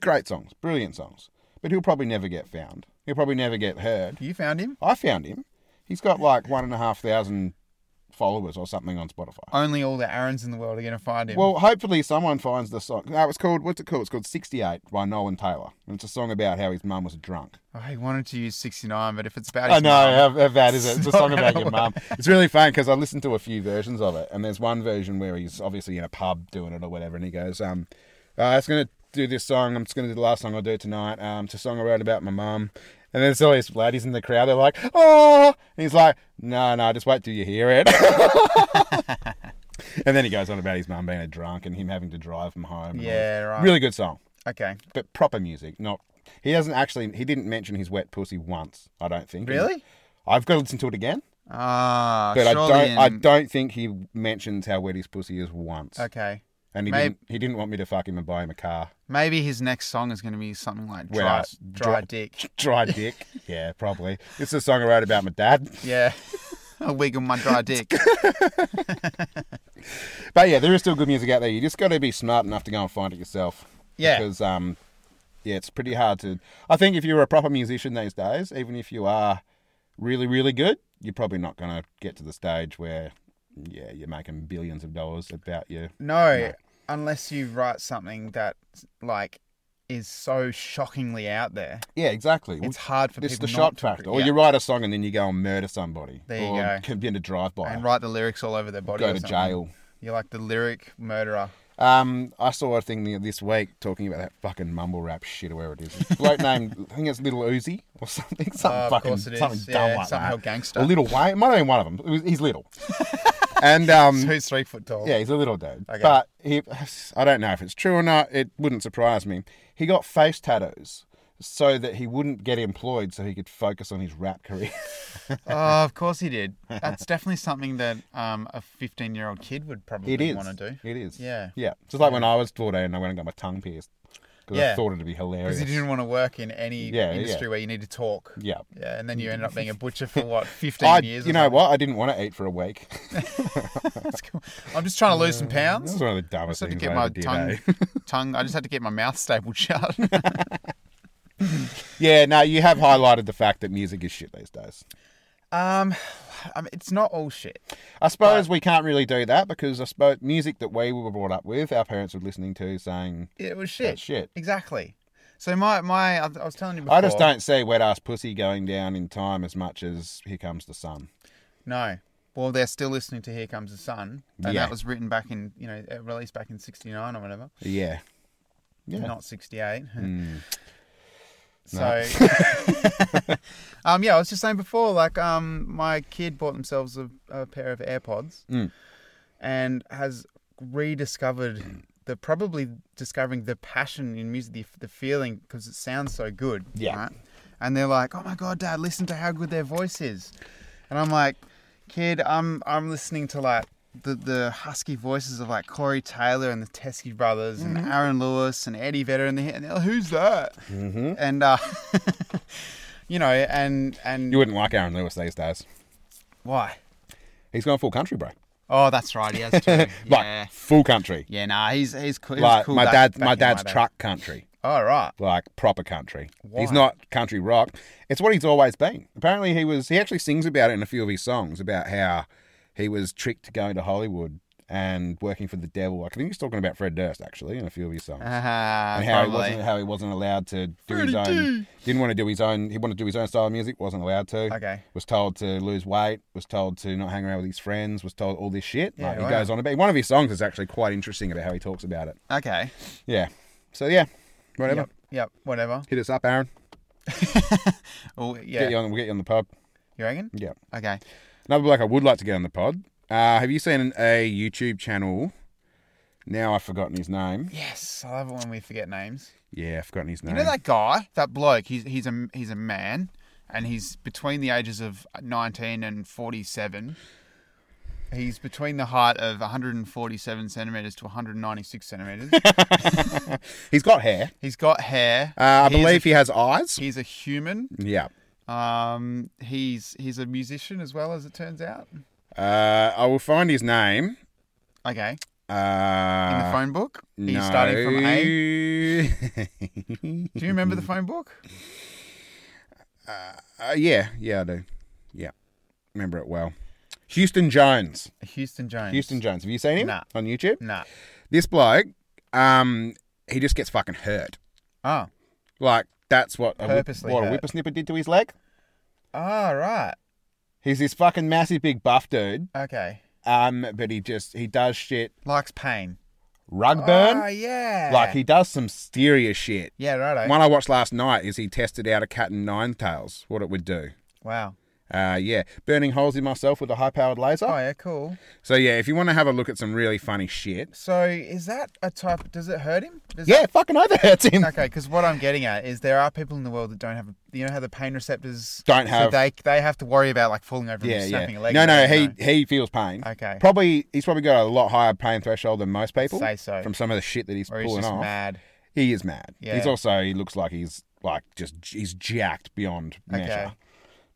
[SPEAKER 3] Great songs, brilliant songs, but he'll probably never get found. He'll probably never get heard.
[SPEAKER 2] You found him.
[SPEAKER 3] I found him. He's got like one and a half thousand followers or something on Spotify.
[SPEAKER 2] Only all the Aaron's in the world are gonna find him.
[SPEAKER 3] Well, hopefully someone finds the song. No, it's called what's it called? It's called "68" by Nolan Taylor, and it's a song about how his mum was drunk.
[SPEAKER 2] oh, he wanted to use 69, but if it's about.
[SPEAKER 3] I
[SPEAKER 2] his
[SPEAKER 3] know
[SPEAKER 2] mum-
[SPEAKER 3] how, how bad is it? It's a
[SPEAKER 2] It's not
[SPEAKER 3] song about
[SPEAKER 2] gonna
[SPEAKER 3] your mum. It's really fun because I listened to a few versions of it, and there's one version where he's obviously in a pub doing it or whatever, and he goes, "Um, uh, I was gonna do this song. I'm just gonna do the last song I'll do tonight. Um, it's a song I wrote about my mum." And there's all these ladies in the crowd. They're like, "Oh!" And he's like, "No, no, just wait till you hear it." and then he goes on about his mum being a drunk and him having to drive from home. and all
[SPEAKER 2] Yeah. Right.
[SPEAKER 3] Really good song,
[SPEAKER 2] Okay.
[SPEAKER 3] but proper music, not. He doesn't actually. He didn't mention his wet pussy once. I don't think.
[SPEAKER 2] Really?
[SPEAKER 3] I've got to listen to it again,
[SPEAKER 2] Ah.
[SPEAKER 3] but I
[SPEAKER 2] surely
[SPEAKER 3] don't. I
[SPEAKER 2] in-
[SPEAKER 3] don't think he mentions how wet his pussy is once.
[SPEAKER 2] Okay.
[SPEAKER 3] and he
[SPEAKER 2] may-
[SPEAKER 3] didn't. He didn't want me to fuck him and buy him a car.
[SPEAKER 2] Maybe his next song is gonna be something like
[SPEAKER 3] Well,
[SPEAKER 2] dry,
[SPEAKER 3] dry-
[SPEAKER 2] dry, dick.
[SPEAKER 3] Dry dick. yeah, probably. It's a song I wrote about my dad.
[SPEAKER 2] Yeah. I wiggle my dry dick.
[SPEAKER 3] But yeah, there is still good music out there. You just got to be smart enough to go and find it yourself.
[SPEAKER 2] Yeah.
[SPEAKER 3] Because um, yeah, it's pretty hard to. I think if you're a proper musician these days, even if you are really, really good, you're probably not going to get to the stage where, yeah, you're making billions of dollars about you.
[SPEAKER 2] No,
[SPEAKER 3] No.
[SPEAKER 2] unless you write something that like is so shockingly out there,
[SPEAKER 3] Yeah, exactly.
[SPEAKER 2] it's hard for
[SPEAKER 3] it's
[SPEAKER 2] people.
[SPEAKER 3] the
[SPEAKER 2] not
[SPEAKER 3] shock
[SPEAKER 2] to-
[SPEAKER 3] factor. Oh, Or
[SPEAKER 2] yeah,
[SPEAKER 3] you write a song and then you go and murder somebody.
[SPEAKER 2] There you
[SPEAKER 3] or
[SPEAKER 2] go.
[SPEAKER 3] Commit a drive by.
[SPEAKER 2] and write the lyrics all over their body.
[SPEAKER 3] go
[SPEAKER 2] or
[SPEAKER 3] to
[SPEAKER 2] something.
[SPEAKER 3] jail.
[SPEAKER 2] You're like the lyric murderer.
[SPEAKER 3] Um, I saw a thing the- this week talking about that fucking mumble rap shit or whatever it is. This bloke named, I think it's Little Uzi or something. Something
[SPEAKER 2] Oh, of
[SPEAKER 3] fucking,
[SPEAKER 2] course it is.
[SPEAKER 3] something dumb
[SPEAKER 2] Yeah,
[SPEAKER 3] like
[SPEAKER 2] somehow
[SPEAKER 3] that.
[SPEAKER 2] gangster.
[SPEAKER 3] Or Little Wayne. It might have been one of them. It was, he's little. and um,
[SPEAKER 2] So Who's three foot tall?
[SPEAKER 3] yeah, he's a little dude.
[SPEAKER 2] Okay.
[SPEAKER 3] But he, I don't know if it's true or not. It wouldn't surprise me. He got face tattoos so that he wouldn't get employed, so he could focus on his rap career.
[SPEAKER 2] Oh, of course he did. That's definitely something that um, a 15 year old kid would probably
[SPEAKER 3] It is.
[SPEAKER 2] want to do.
[SPEAKER 3] It is.
[SPEAKER 2] Yeah.
[SPEAKER 3] Yeah. Just like when I was 14, I went and got my tongue pierced because I
[SPEAKER 2] Yeah.
[SPEAKER 3] thought it'd be hilarious.
[SPEAKER 2] Because he didn't want to work in any
[SPEAKER 3] Yeah, yeah.
[SPEAKER 2] industry where you need to talk.
[SPEAKER 3] Yeah.
[SPEAKER 2] Yeah, and then you ended up being a butcher for what, 15
[SPEAKER 3] I,
[SPEAKER 2] years?
[SPEAKER 3] you
[SPEAKER 2] or
[SPEAKER 3] know
[SPEAKER 2] something?
[SPEAKER 3] what? I didn't want to eat for a week.
[SPEAKER 2] That's cool. I'm just trying to lose some
[SPEAKER 3] That
[SPEAKER 2] pounds.
[SPEAKER 3] was one of the dumbest
[SPEAKER 2] just had to
[SPEAKER 3] Mm, things
[SPEAKER 2] get
[SPEAKER 3] I
[SPEAKER 2] my
[SPEAKER 3] ever did. eh?
[SPEAKER 2] tongue, tongue. I just had to get my mouth stapled shut.
[SPEAKER 3] Yeah, no, you have highlighted the fact that music is shit these days.
[SPEAKER 2] um, I mean, it's not all shit.
[SPEAKER 3] I suppose we can't really do that because I suppose music that we were brought up with, our parents were listening to, saying,
[SPEAKER 2] It was shit.
[SPEAKER 3] "That's shit.
[SPEAKER 2] Exactly. So my my, I I was telling you before.
[SPEAKER 3] I just don't see wet ass pussy going down in time as much as Here Comes the Sun.
[SPEAKER 2] No. Well, they're still listening to "Here Comes the Sun," and
[SPEAKER 3] Yeah.
[SPEAKER 2] that was written back in you know uh, released back in '69 or whatever,
[SPEAKER 3] Yeah. Yeah.
[SPEAKER 2] not '68.
[SPEAKER 3] Mm.
[SPEAKER 2] So, um, yeah, I was just saying before, like, um, my kid bought themselves a, a pair of AirPods
[SPEAKER 3] Mm.
[SPEAKER 2] and has rediscovered the probably discovering the passion in music, the, the feeling because it sounds so good.
[SPEAKER 3] Yeah.
[SPEAKER 2] right? And they're like, "Oh my god, Dad, listen to how good their voice is," and I'm like, "Kid, I'm I'm listening to like." The, the husky voices of like Corey Taylor and the Teskey brothers and Aaron Lewis and Eddie Vedder and, the, and they're like, who's that?
[SPEAKER 3] Mm-hmm.
[SPEAKER 2] and uh, you know, and and
[SPEAKER 3] You wouldn't like Aaron Lewis these days.
[SPEAKER 2] why?
[SPEAKER 3] He's gone full country, bro.
[SPEAKER 2] Oh, that's right, he has too.
[SPEAKER 3] Like
[SPEAKER 2] yeah,
[SPEAKER 3] full country.
[SPEAKER 2] yeah, nah, he's he's cool. he was
[SPEAKER 3] Like
[SPEAKER 2] cool
[SPEAKER 3] my
[SPEAKER 2] back-
[SPEAKER 3] dad's
[SPEAKER 2] back
[SPEAKER 3] my
[SPEAKER 2] in
[SPEAKER 3] dad's
[SPEAKER 2] day.
[SPEAKER 3] truck country.
[SPEAKER 2] Oh right,
[SPEAKER 3] Like proper country. He's
[SPEAKER 2] Why?
[SPEAKER 3] not country rock. It's what he's always been. Apparently he was he actually sings about it in a few of his songs about how he was tricked to going to Hollywood and working for the devil. I think he's talking about Fred Durst actually in a few of his songs.
[SPEAKER 2] uh,
[SPEAKER 3] and how he wasn't
[SPEAKER 2] probably.
[SPEAKER 3] how he wasn't allowed to do his
[SPEAKER 2] Freddie
[SPEAKER 3] own didn't want to do his own he wanted to do his own style of music, wasn't allowed to.
[SPEAKER 2] Okay,
[SPEAKER 3] was told to lose weight, was told to not hang around with his friends, was told all this shit.
[SPEAKER 2] Yeah,
[SPEAKER 3] like, he
[SPEAKER 2] wow.
[SPEAKER 3] goes on about one of his songs is actually quite interesting about how he talks about it.
[SPEAKER 2] okay,
[SPEAKER 3] Yeah. So yeah, whatever.
[SPEAKER 2] yep, yep, whatever.
[SPEAKER 3] Hit us up, Aaron.
[SPEAKER 2] Oh yeah,
[SPEAKER 3] Get
[SPEAKER 2] you,
[SPEAKER 3] you on. We'll get you on the pod.
[SPEAKER 2] reckon?
[SPEAKER 3] Yeah.
[SPEAKER 2] Okay,
[SPEAKER 3] Another bloke I would like to get on the pod. Uh, have you seen a YouTube channel? Now I've forgotten his name.
[SPEAKER 2] yes, I love it when we forget names.
[SPEAKER 3] Yeah, I've forgotten his name.
[SPEAKER 2] You know that guy, that bloke. He's he's a he's a man, and he's between the ages of nineteen and forty-seven. He's between the height of one hundred and forty-seven centimeters to one hundred and ninety-six centimeters.
[SPEAKER 3] He's got hair.
[SPEAKER 2] He's got hair.
[SPEAKER 3] Uh, I
[SPEAKER 2] He is
[SPEAKER 3] believe
[SPEAKER 2] a,
[SPEAKER 3] he has eyes.
[SPEAKER 2] he's a human.
[SPEAKER 3] Yeah.
[SPEAKER 2] Um, he's he's a musician as well as it turns out.
[SPEAKER 3] Uh, I will find his name.
[SPEAKER 2] Okay, in the
[SPEAKER 3] Uh,
[SPEAKER 2] phone book, he's
[SPEAKER 3] no.
[SPEAKER 2] starting from A.
[SPEAKER 3] A.
[SPEAKER 2] Do you remember the phone book?
[SPEAKER 3] Uh, yeah, yeah, I do. Yeah, remember it well. Houston Jones.
[SPEAKER 2] Houston Jones.
[SPEAKER 3] Houston Jones. Have you seen him
[SPEAKER 2] Nah.
[SPEAKER 3] on YouTube?
[SPEAKER 2] Nah.
[SPEAKER 3] This bloke, um, he just gets fucking hurt.
[SPEAKER 2] Oh.
[SPEAKER 3] Like that's what a, whip-
[SPEAKER 2] Purposely
[SPEAKER 3] what a
[SPEAKER 2] hurt.
[SPEAKER 3] whippersnipper did to his leg.
[SPEAKER 2] Ah, right.
[SPEAKER 3] He's this fucking massive big buff dude.
[SPEAKER 2] Okay.
[SPEAKER 3] Um, but he just he does shit
[SPEAKER 2] Likes pain.
[SPEAKER 3] rug burn.
[SPEAKER 2] Oh, yeah.
[SPEAKER 3] Like he does some serious shit.
[SPEAKER 2] Yeah, righto.
[SPEAKER 3] One I watched last night is he tested out a cat and nine tails, what it would do.
[SPEAKER 2] Wow.
[SPEAKER 3] Uh, yeah, burning holes in myself with a high powered laser.
[SPEAKER 2] Oh, yeah, cool.
[SPEAKER 3] So yeah, if you want to have a look at some really funny shit,
[SPEAKER 2] So is that a type? Does it hurt him? Does
[SPEAKER 3] Yeah, it fucking overhurts him.
[SPEAKER 2] Okay, because what I'm getting at is there are people in the world that don't have, you know, how the pain receptors
[SPEAKER 3] Don't have-
[SPEAKER 2] So they they have to worry about like falling over
[SPEAKER 3] Yeah,
[SPEAKER 2] and snapping
[SPEAKER 3] yeah.
[SPEAKER 2] a leg.
[SPEAKER 3] No,
[SPEAKER 2] and
[SPEAKER 3] no, he
[SPEAKER 2] everything,
[SPEAKER 3] he feels pain.
[SPEAKER 2] Okay.
[SPEAKER 3] Probably he's probably got a lot higher pain threshold than most people.
[SPEAKER 2] Say so.
[SPEAKER 3] From some of the shit that he's
[SPEAKER 2] Or he's
[SPEAKER 3] pulling
[SPEAKER 2] just
[SPEAKER 3] off,
[SPEAKER 2] mad.
[SPEAKER 3] he is mad.
[SPEAKER 2] Yeah.
[SPEAKER 3] He's also he looks like he's like just he's jacked beyond
[SPEAKER 2] Okay.
[SPEAKER 3] measure.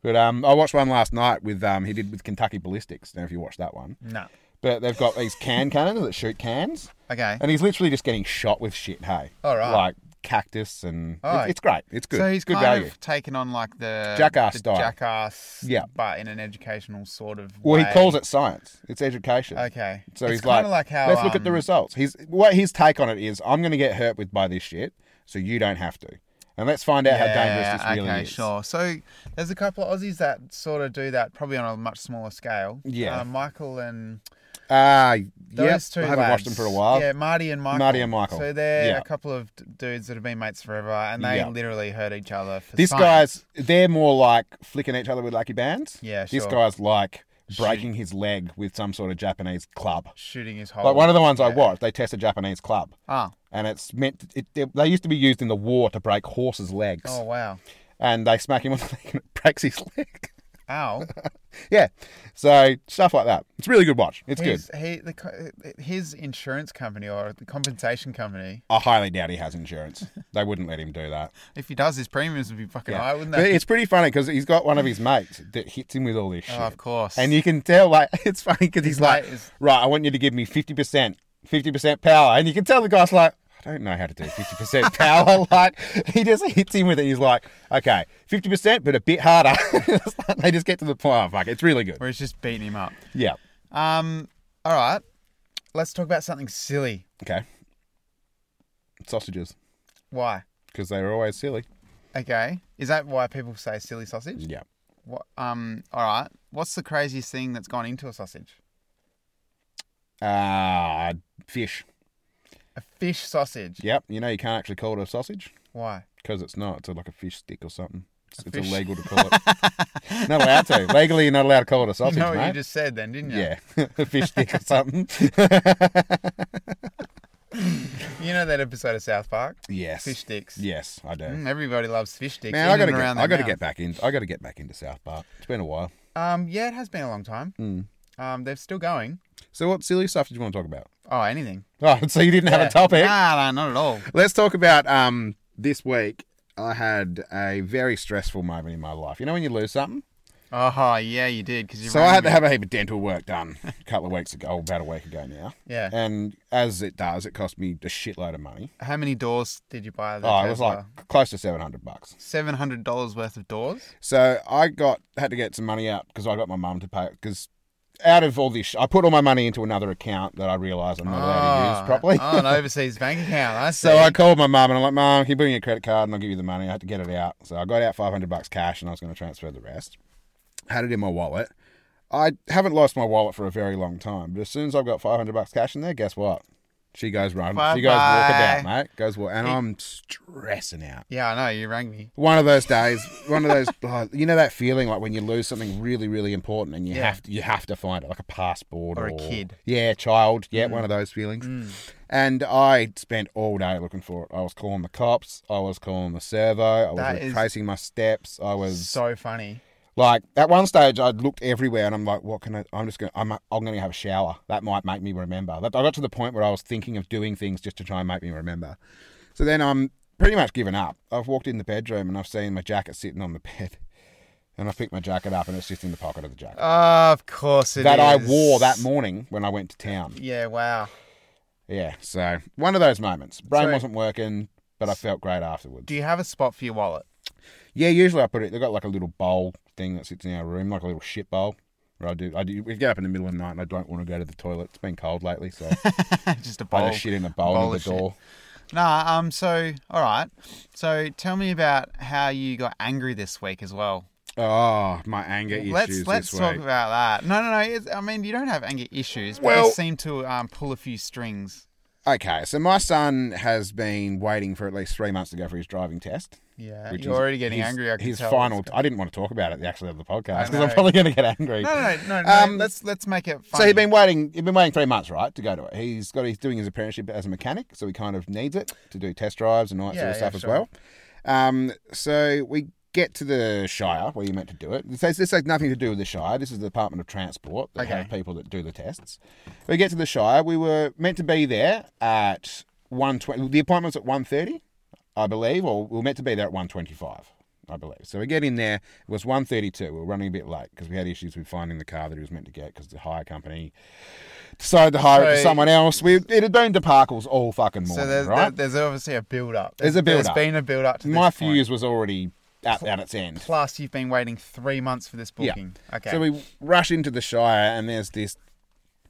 [SPEAKER 3] But um, I watched one last night with um he did with Kentucky Ballistics. I don't know if you watched that one,
[SPEAKER 2] No.
[SPEAKER 3] but they've got these can cannons that shoot cans,
[SPEAKER 2] Okay.
[SPEAKER 3] and he's literally just getting shot with shit. Hey,
[SPEAKER 2] All right.
[SPEAKER 3] like cactus, and
[SPEAKER 2] Oh.
[SPEAKER 3] it's, it's great. It's good.
[SPEAKER 2] So he's
[SPEAKER 3] good
[SPEAKER 2] kind
[SPEAKER 3] value.
[SPEAKER 2] of taken on like the
[SPEAKER 3] Jackass
[SPEAKER 2] the
[SPEAKER 3] style.
[SPEAKER 2] Jackass,
[SPEAKER 3] Yeah.
[SPEAKER 2] but in an educational sort of.
[SPEAKER 3] well,
[SPEAKER 2] way.
[SPEAKER 3] he calls it science. It's education.
[SPEAKER 2] Okay,
[SPEAKER 3] So
[SPEAKER 2] It's
[SPEAKER 3] he's like,
[SPEAKER 2] kinda like how
[SPEAKER 3] let's look at the
[SPEAKER 2] um,
[SPEAKER 3] results. He's what his take on it is. I'm going to get hurt with by this shit, so you don't have to. And let's find out how dangerous this really
[SPEAKER 2] okay,
[SPEAKER 3] is.
[SPEAKER 2] sure. So there's a couple of Aussies that sort of do that, probably on a much smaller scale.
[SPEAKER 3] Yeah.
[SPEAKER 2] Uh, Michael and
[SPEAKER 3] Ah,
[SPEAKER 2] those
[SPEAKER 3] yes.
[SPEAKER 2] two.
[SPEAKER 3] I haven't watched them
[SPEAKER 2] lads.
[SPEAKER 3] for a while.
[SPEAKER 2] Yeah, Marty and Michael.
[SPEAKER 3] Marty and Michael.
[SPEAKER 2] So they're
[SPEAKER 3] Yeah.
[SPEAKER 2] a couple of d- dudes that have been mates forever, and they
[SPEAKER 3] Yeah.
[SPEAKER 2] literally hurt each other. For
[SPEAKER 3] This
[SPEAKER 2] science.
[SPEAKER 3] guy's they're more like flicking each other with lucky bands.
[SPEAKER 2] Yeah,
[SPEAKER 3] This
[SPEAKER 2] sure.
[SPEAKER 3] guy's like breaking his leg with some sort of Japanese club.
[SPEAKER 2] shooting his whole.
[SPEAKER 3] Like one of the ones I
[SPEAKER 2] yeah.
[SPEAKER 3] watched, they test a Japanese club,
[SPEAKER 2] Ah.
[SPEAKER 3] and it's meant it, they, they used to be used in the war to break horses' legs,
[SPEAKER 2] Oh wow.
[SPEAKER 3] and they smack him on the leg and it breaks his leg.
[SPEAKER 2] Ow.
[SPEAKER 3] yeah, so stuff like that. It's a really good watch. It's good.
[SPEAKER 2] His, he, the, co- his insurance company or the compensation company,
[SPEAKER 3] I highly doubt he has insurance. they wouldn't let him do that.
[SPEAKER 2] if he does, his premiums would be fucking
[SPEAKER 3] Yeah.
[SPEAKER 2] high, wouldn't
[SPEAKER 3] But
[SPEAKER 2] they?
[SPEAKER 3] it's pretty funny because he's got one of his mates that hits him with all this shit.
[SPEAKER 2] oh, of course.
[SPEAKER 3] And you can tell, like, it's funny because he's like,
[SPEAKER 2] mate is-
[SPEAKER 3] right, I want you to give me 50%, 50% power. And you can tell the guy's like, I don't know how to do 50% power. like, he just hits him with it. He's like, okay, 50%, but a bit harder. It's like they just get to the point. Oh, fuck, it's really good.
[SPEAKER 2] where he's just beating him up.
[SPEAKER 3] Yeah.
[SPEAKER 2] Um, all right. Let's talk about something silly.
[SPEAKER 3] Okay. Sausages,
[SPEAKER 2] Why?
[SPEAKER 3] because they were always silly.
[SPEAKER 2] Okay. Is that why people say silly sausage?
[SPEAKER 3] Yeah.
[SPEAKER 2] What, um, all right. What's the craziest thing that's gone into a sausage?
[SPEAKER 3] Uh, fish.
[SPEAKER 2] A fish sausage.
[SPEAKER 3] Yep. You know, you can't actually call it a sausage
[SPEAKER 2] Why?
[SPEAKER 3] because it's not. It's like a fish stick or something. It's, it's
[SPEAKER 2] fish-
[SPEAKER 3] illegal to call it. not allowed to. Legally, you're not allowed to call it a sausage,
[SPEAKER 2] you know what
[SPEAKER 3] mate.
[SPEAKER 2] you just said then, didn't you?
[SPEAKER 3] Yeah, a fish stick or something.
[SPEAKER 2] You know that episode of South Park?
[SPEAKER 3] yes.
[SPEAKER 2] Fish sticks.
[SPEAKER 3] Yes, I do.
[SPEAKER 2] Mm, everybody loves fish sticks.
[SPEAKER 3] Man,
[SPEAKER 2] in
[SPEAKER 3] I gotta
[SPEAKER 2] and
[SPEAKER 3] get,
[SPEAKER 2] around
[SPEAKER 3] I
[SPEAKER 2] their
[SPEAKER 3] gotta
[SPEAKER 2] mouth.
[SPEAKER 3] get back in. I gotta get back into South Park. It's been a while.
[SPEAKER 2] Um, yeah, it has been a long time.
[SPEAKER 3] Mm.
[SPEAKER 2] Um, they're still going.
[SPEAKER 3] So, what silly stuff did you want to talk about?
[SPEAKER 2] Oh, anything.
[SPEAKER 3] Oh, so you didn't have
[SPEAKER 2] Yeah.
[SPEAKER 3] a topic.
[SPEAKER 2] Nah, nah, not at all.
[SPEAKER 3] Let's talk about um this week. I had a very stressful moment in my life. You know when you lose something.
[SPEAKER 2] Oh, yeah, you did because you.
[SPEAKER 3] So
[SPEAKER 2] rang
[SPEAKER 3] I had
[SPEAKER 2] me.
[SPEAKER 3] to have a heap of dental work done a couple of weeks ago, oh, about a week ago now.
[SPEAKER 2] Yeah.
[SPEAKER 3] And as it does, it cost me a shitload of money.
[SPEAKER 2] How many doors did you buy? The
[SPEAKER 3] Oh, it was like close to seven hundred bucks.
[SPEAKER 2] seven hundred dollars worth of doors.
[SPEAKER 3] So I got had to get some money out because I got my mum to pay because out of all this, I put all my money into another account that I realised I'm not allowed to
[SPEAKER 2] Ah,
[SPEAKER 3] use properly.
[SPEAKER 2] oh, an overseas bank account. I see.
[SPEAKER 3] So I called my mum and I'm like, "Mum, can you bring me a credit card and I'll give you the money?" I had to get it out, so I got out 500 bucks cash and I was going to transfer the rest. Had it in my wallet. I haven't lost my wallet for a very long time, but as soon as I've got 500 bucks cash in there, guess what? She goes run. She goes walk
[SPEAKER 2] Bye-bye.
[SPEAKER 3] about, mate. Goes walk, and I'm stressing out
[SPEAKER 2] yeah, I know you rang me.
[SPEAKER 3] one of those days, one of those, oh, you know, that feeling like when you lose something really, really important and you
[SPEAKER 2] Yeah.
[SPEAKER 3] have to, you have to find it, like a passport
[SPEAKER 2] Or a kid. Mm.
[SPEAKER 3] yeah, child, yeah, one of those feelings. And I spent all day looking for it. I was calling the cops, I was calling the servo, I was
[SPEAKER 2] That is-
[SPEAKER 3] retracing my steps, I was
[SPEAKER 2] So funny.
[SPEAKER 3] like at one stage, I'd looked everywhere, and I'm like, "What can I? I'm just gonna. I'm. I'm gonna have a shower. That might make me remember." That I got to the point where I was thinking of doing things just to try and make me remember. So then I'm pretty much given up. I've walked in the bedroom and I've seen my jacket sitting on the bed, and I picked my jacket up and it's just in the pocket of the jacket
[SPEAKER 2] of course Oh, it is.
[SPEAKER 3] that I wore that morning when I went to town.
[SPEAKER 2] Yeah. Wow.
[SPEAKER 3] Yeah. So one of those moments. Brain
[SPEAKER 2] So-
[SPEAKER 3] wasn't working, but I felt great afterwards.
[SPEAKER 2] Do you have a spot for your wallet?
[SPEAKER 3] Yeah, usually I put it. They've got like a little bowl thing that sits in our room, like a little shit bowl. Where I do, I do. We get up in the middle of the night, and I don't want to go to the toilet. It's been cold lately, so
[SPEAKER 2] Just
[SPEAKER 3] I
[SPEAKER 2] a bowl.
[SPEAKER 3] just shit in a bowl,
[SPEAKER 2] Oh, bowl
[SPEAKER 3] under
[SPEAKER 2] of
[SPEAKER 3] the
[SPEAKER 2] shit.
[SPEAKER 3] door.
[SPEAKER 2] Nah. Um. So, all right. So, tell me about how you got angry this week as well.
[SPEAKER 3] Oh, my anger
[SPEAKER 2] let's
[SPEAKER 3] issues
[SPEAKER 2] let's
[SPEAKER 3] this
[SPEAKER 2] talk
[SPEAKER 3] week.
[SPEAKER 2] about that. No, no, no. It's, I mean, you don't have anger issues, but
[SPEAKER 3] Well-
[SPEAKER 2] they seem to um, pull a few strings.
[SPEAKER 3] Okay, so my son has been waiting for at least three months to go for his driving test.
[SPEAKER 2] Yeah,
[SPEAKER 3] which
[SPEAKER 2] you're
[SPEAKER 3] is
[SPEAKER 2] already getting
[SPEAKER 3] his,
[SPEAKER 2] angry. I can
[SPEAKER 3] his
[SPEAKER 2] tell.
[SPEAKER 3] final. I didn't want to talk about it actually on the podcast because
[SPEAKER 2] know.
[SPEAKER 3] I'm probably going to get angry.
[SPEAKER 2] No, no, no. no
[SPEAKER 3] Um,
[SPEAKER 2] let's let's make it. Funny.
[SPEAKER 3] So he'd been waiting. He'd been waiting three months, right, to go to it. He's got. He's doing his apprenticeship as a mechanic, so he kind of needs it to do test drives and all that
[SPEAKER 2] Yeah,
[SPEAKER 3] sort of stuff
[SPEAKER 2] yeah,
[SPEAKER 3] as
[SPEAKER 2] sure.
[SPEAKER 3] well. Um, so we get to the Shire where you're meant to do it. This has, this has nothing to do with the Shire. This is the Department of Transport that
[SPEAKER 2] Okay.
[SPEAKER 3] have people that do the tests. We get to the Shire. We were meant to be there at one twenty. The appointment's at one thirty, I believe, or we were meant to be there at one twenty-five. I believe. So we get in there. It was 1.32. We were running a bit late because we had issues with finding the car that he was meant to get because the hire company decided to hire it to
[SPEAKER 2] So-
[SPEAKER 3] someone else. We It had been debacles all fucking morning,
[SPEAKER 2] So there's,
[SPEAKER 3] right?
[SPEAKER 2] there's obviously a build up.
[SPEAKER 3] There's a build-up.
[SPEAKER 2] There's been a build up to
[SPEAKER 3] My
[SPEAKER 2] this point.
[SPEAKER 3] fuse was already at, at its end.
[SPEAKER 2] Plus, you've been waiting three months for this booking. Okay.
[SPEAKER 3] So we rush into the Shire, and there's this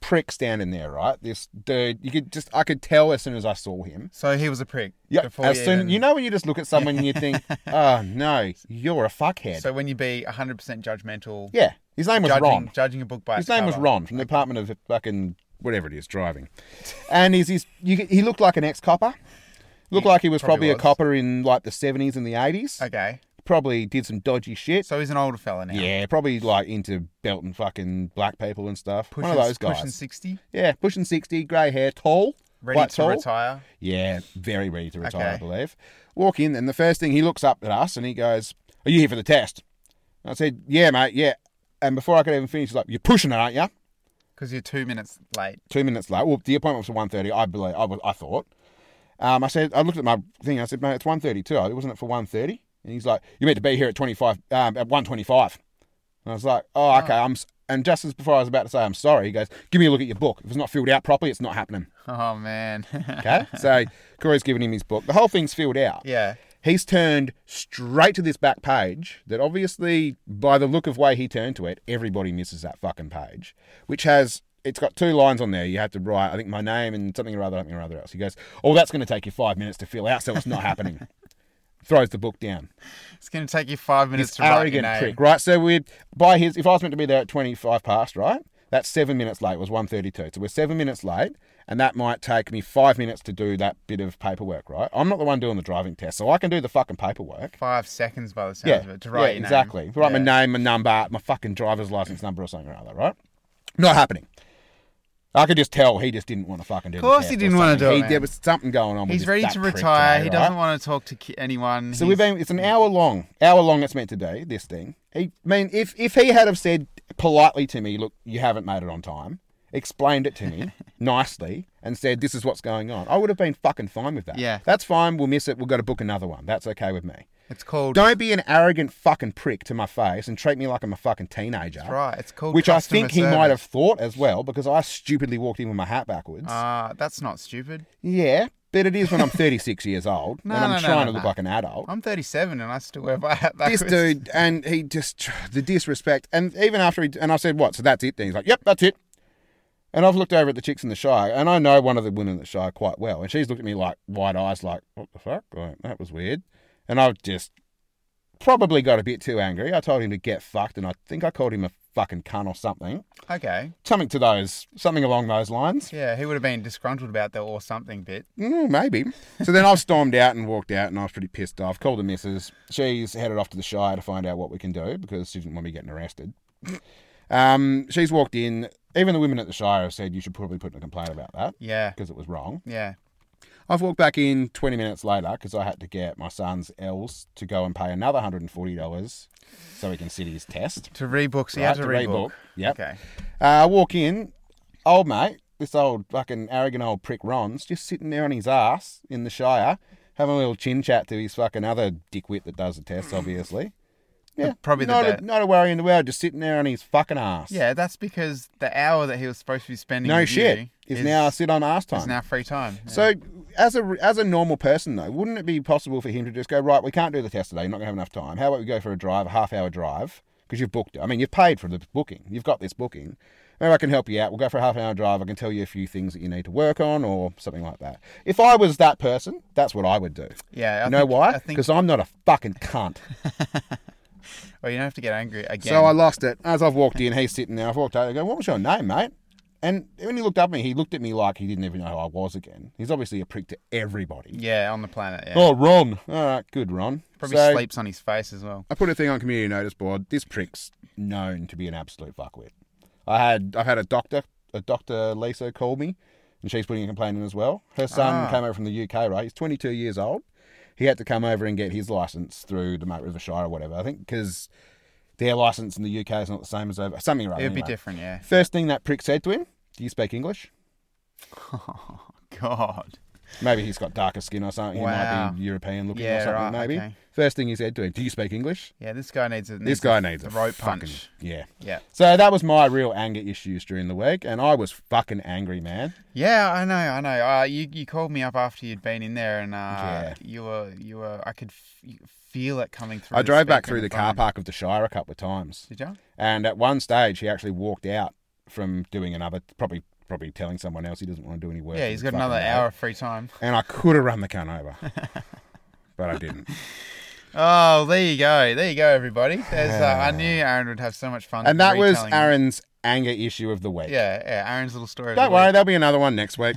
[SPEAKER 3] prick standing there, right? This dude, you could just, I could tell as soon as I saw him.
[SPEAKER 2] So he was a prick.
[SPEAKER 3] Yeah,
[SPEAKER 2] before
[SPEAKER 3] as soon
[SPEAKER 2] even-
[SPEAKER 3] you know when you just look at someone and you think, oh no, you're a fuckhead.
[SPEAKER 2] So when you be 100% judgmental,
[SPEAKER 3] yeah, his name was
[SPEAKER 2] judging,
[SPEAKER 3] Ron.
[SPEAKER 2] judging a book by
[SPEAKER 3] His
[SPEAKER 2] its
[SPEAKER 3] name was
[SPEAKER 2] cover.
[SPEAKER 3] Ron from the Department of fucking whatever it is, driving. And he's, he's you, he looked like an ex copper. Looked like he was probably,
[SPEAKER 2] probably was.
[SPEAKER 3] a copper in like the 70s and the 80s.
[SPEAKER 2] Okay.
[SPEAKER 3] Probably did some dodgy shit.
[SPEAKER 2] So he's an older fella now.
[SPEAKER 3] Yeah, probably like into belting fucking black people and stuff.
[SPEAKER 2] Pushing,
[SPEAKER 3] One of those guys.
[SPEAKER 2] Pushing 60,
[SPEAKER 3] Yeah, pushing 60, grey hair, tall.
[SPEAKER 2] ready
[SPEAKER 3] quite
[SPEAKER 2] to
[SPEAKER 3] tall.
[SPEAKER 2] retire.
[SPEAKER 3] Yeah, very ready to retire, I
[SPEAKER 2] Okay.
[SPEAKER 3] believe. Walk in, and the first thing he looks up at us and he goes, Are you here for the test? And I said, Yeah, mate, yeah. And before I could even finish, he's like, You're pushing it, aren't you?
[SPEAKER 2] Because you're two minutes late.
[SPEAKER 3] Two minutes late. Well, the appointment was at 1.30, I believe, I, was, I thought. Um, I said, I looked at my thing, I said, Mate, it's 1.30 too. Wasn't it for 1.30? And he's like, You meant to be here at 25, um, at 1.25. And I was like, Oh, okay, I'm. s- And just as before I was about to say, I'm sorry, he goes, Give me a look at your book. If it's not filled out properly, it's not happening.
[SPEAKER 2] Oh, man.
[SPEAKER 3] Okay. so Corey's given him his book. The whole thing's filled out.
[SPEAKER 2] yeah.
[SPEAKER 3] He's turned straight to this back page that obviously, by the look of way he turned to it, everybody misses that fucking page, which has. It's got two lines on there. You have to write, I think, my name and something or other, something or other else. He goes, Oh, that's going to take you five minutes to fill out, so it's not happening. Throws the book down.
[SPEAKER 2] It's going to take you five minutes to write your
[SPEAKER 3] Arrogant
[SPEAKER 2] name.
[SPEAKER 3] prick, right? So we're by his. If I was meant to be there at twenty-five past, right? That's seven minutes late. It was one thirty-two. So we're seven minutes late, and that might take me five minutes to do that bit of paperwork, right? I'm not the one doing the driving test, so I can do the fucking paperwork.
[SPEAKER 2] Five seconds by the sounds
[SPEAKER 3] Yeah,
[SPEAKER 2] of it to write
[SPEAKER 3] yeah,
[SPEAKER 2] your
[SPEAKER 3] exactly.
[SPEAKER 2] name.
[SPEAKER 3] Write
[SPEAKER 2] Yeah.
[SPEAKER 3] my name, my number, my fucking driver's license number, or something or other, right? Not happening. I could just tell he just didn't want to fucking do. Of
[SPEAKER 2] course he didn't wanna do it, man.
[SPEAKER 3] There was something going on. with
[SPEAKER 2] He's
[SPEAKER 3] this-
[SPEAKER 2] ready
[SPEAKER 3] that
[SPEAKER 2] to
[SPEAKER 3] prick
[SPEAKER 2] retire.
[SPEAKER 3] today,
[SPEAKER 2] he
[SPEAKER 3] right?
[SPEAKER 2] doesn't want to talk to ki- anyone.
[SPEAKER 3] So we've
[SPEAKER 2] He's-
[SPEAKER 3] been, it's an hour long, hour long it's meant to be, this thing. He, I mean, if, if he had have said politely to me, look, you haven't made it on time, explained it to me nicely and said, this is what's going on, I would have been fucking fine with that.
[SPEAKER 2] Yeah.
[SPEAKER 3] That's fine. We'll miss it. We've got to book another one. That's okay with me.
[SPEAKER 2] It's called.
[SPEAKER 3] Don't be an arrogant fucking prick to my face and treat me like I'm a fucking teenager.
[SPEAKER 2] Right. It's called.
[SPEAKER 3] Which I
[SPEAKER 2] customer
[SPEAKER 3] think he might have
[SPEAKER 2] service.
[SPEAKER 3] thought as well because I stupidly walked in with my hat backwards.
[SPEAKER 2] Ah, that's not stupid.
[SPEAKER 3] yeah. But it is when I'm 36 years old
[SPEAKER 2] No,
[SPEAKER 3] and I'm
[SPEAKER 2] no, no,
[SPEAKER 3] trying
[SPEAKER 2] no,
[SPEAKER 3] to look
[SPEAKER 2] no.
[SPEAKER 3] like an adult
[SPEAKER 2] I'm 37 and I still wear my hat
[SPEAKER 3] this
[SPEAKER 2] backwards.
[SPEAKER 3] dude, and he just the disrespect, and even after he, and I said, "What?" So that's it. Then he's like, "Yep, that's it." And I've looked over at the chicks in the Shire, and I know one of the women in the Shire quite well, and she's looked at me like wide eyes, like, "What the fuck? Like, that was weird." And I just probably got a bit too angry. I told him to get fucked, and I think I called him a fucking cunt or something,
[SPEAKER 2] Okay.
[SPEAKER 3] something to those, something along those lines.
[SPEAKER 2] Yeah, he would have been disgruntled about that or something bit.
[SPEAKER 3] Mm, maybe. So then I've stormed out and walked out, and I was pretty pissed off. Called the missus. She's headed off to the Shire to find out what we can do because she didn't want me getting arrested. Um, she's walked in. Even the women at the Shire have said you should probably put in a complaint about that
[SPEAKER 2] Yeah.
[SPEAKER 3] because it was wrong.
[SPEAKER 2] Yeah.
[SPEAKER 3] I've walked back in 20 minutes later because I had to get my son's L's to go and pay another $140 so he can sit his test.
[SPEAKER 2] To rebook, so you had to,
[SPEAKER 3] Right,
[SPEAKER 2] rebook.
[SPEAKER 3] Yep.
[SPEAKER 2] Okay.
[SPEAKER 3] Uh, I walk in, old mate, this old fucking arrogant old prick Ron's just sitting there on his ass in the Shire, having a little chin chat to his fucking other dickwit that does the test, obviously. Yeah,
[SPEAKER 2] Probably the
[SPEAKER 3] not
[SPEAKER 2] best.
[SPEAKER 3] a, not a worry in the world, just sitting there on his fucking ass.
[SPEAKER 2] Yeah, that's because the hour that he was supposed to be spending
[SPEAKER 3] no
[SPEAKER 2] with
[SPEAKER 3] shit.
[SPEAKER 2] you
[SPEAKER 3] Is, now sit on ass
[SPEAKER 2] is
[SPEAKER 3] time.
[SPEAKER 2] now free time. Yeah.
[SPEAKER 3] so as a as a normal person though, wouldn't it be possible for him to just go right? We can't do the test today. You're not gonna have enough time. How about we go for a drive, a half hour drive? Because you've booked it. I mean, you've paid for the booking. You've got this booking. Maybe I can help you out. We'll go for a half an hour drive. I can tell you a few things that you need to work on or something like that. If I was that person, that's what I would do.
[SPEAKER 2] yeah, I
[SPEAKER 3] you know
[SPEAKER 2] think-
[SPEAKER 3] why?
[SPEAKER 2] I think,
[SPEAKER 3] Because I'm not a fucking cunt.
[SPEAKER 2] well, you don't have to get angry again.
[SPEAKER 3] So I lost it. As I've walked in, he's sitting there. I've walked out. I go, what was your name, mate? And when he looked up at me, he looked at me like he didn't even know who I was again. He's obviously a prick to everybody.
[SPEAKER 2] yeah, on the planet. Yeah.
[SPEAKER 3] Oh, Ron. All right, good, Ron.
[SPEAKER 2] Probably
[SPEAKER 3] So,
[SPEAKER 2] sleeps on his face as well.
[SPEAKER 3] I put a thing on community notice board. This prick's known to be an absolute fuckwit. I had I've had a doctor, a doctor Lisa called me, and she's putting a complaint in as well. Her son
[SPEAKER 2] Ah.
[SPEAKER 3] came over from the UK, right? He's 22 years old. He had to come over and get his license through the Mount River Shire or whatever. I think because their license in the UK is not the same as over something or other.
[SPEAKER 2] It would be
[SPEAKER 3] anyway.
[SPEAKER 2] different, yeah.
[SPEAKER 3] First thing that prick said to him, "Do you speak English?"
[SPEAKER 2] Oh, God.
[SPEAKER 3] Maybe he's got darker skin or something.
[SPEAKER 2] Wow.
[SPEAKER 3] He might be European looking
[SPEAKER 2] Yeah,
[SPEAKER 3] or something,
[SPEAKER 2] right,
[SPEAKER 3] maybe.
[SPEAKER 2] okay.
[SPEAKER 3] First thing he said to him, Do you speak English?
[SPEAKER 2] Yeah, this guy needs a
[SPEAKER 3] this guy needs a
[SPEAKER 2] throat
[SPEAKER 3] fucking,
[SPEAKER 2] punch.
[SPEAKER 3] Yeah.
[SPEAKER 2] Yeah.
[SPEAKER 3] So that was my real anger issues during the week, and I was fucking angry, man.
[SPEAKER 2] Yeah, I know, I know. Uh, you you called me up after you'd been in there, and uh,
[SPEAKER 3] Yeah.
[SPEAKER 2] you were you were. I could f- you could feel it coming through.
[SPEAKER 3] I
[SPEAKER 2] the
[SPEAKER 3] drove back
[SPEAKER 2] speaker
[SPEAKER 3] through
[SPEAKER 2] and
[SPEAKER 3] the car
[SPEAKER 2] phone.
[SPEAKER 3] park of Deshire a couple of times,
[SPEAKER 2] Did you?
[SPEAKER 3] and at one stage he actually walked out from doing another, probably probably telling someone else he doesn't want to do any work.
[SPEAKER 2] Yeah,
[SPEAKER 3] for
[SPEAKER 2] he's
[SPEAKER 3] the
[SPEAKER 2] got another
[SPEAKER 3] fucking day.
[SPEAKER 2] hour of free time.
[SPEAKER 3] and I could have run the cunt over, but I didn't.
[SPEAKER 2] Oh, there you go, there you go, everybody. There's. Uh, I knew Aaron would have so much fun.
[SPEAKER 3] And that was
[SPEAKER 2] retelling-
[SPEAKER 3] Aaron's anger issue of the week.
[SPEAKER 2] Yeah, yeah, Aaron's little story. of the
[SPEAKER 3] Don't
[SPEAKER 2] week.
[SPEAKER 3] worry, there'll be another one next week.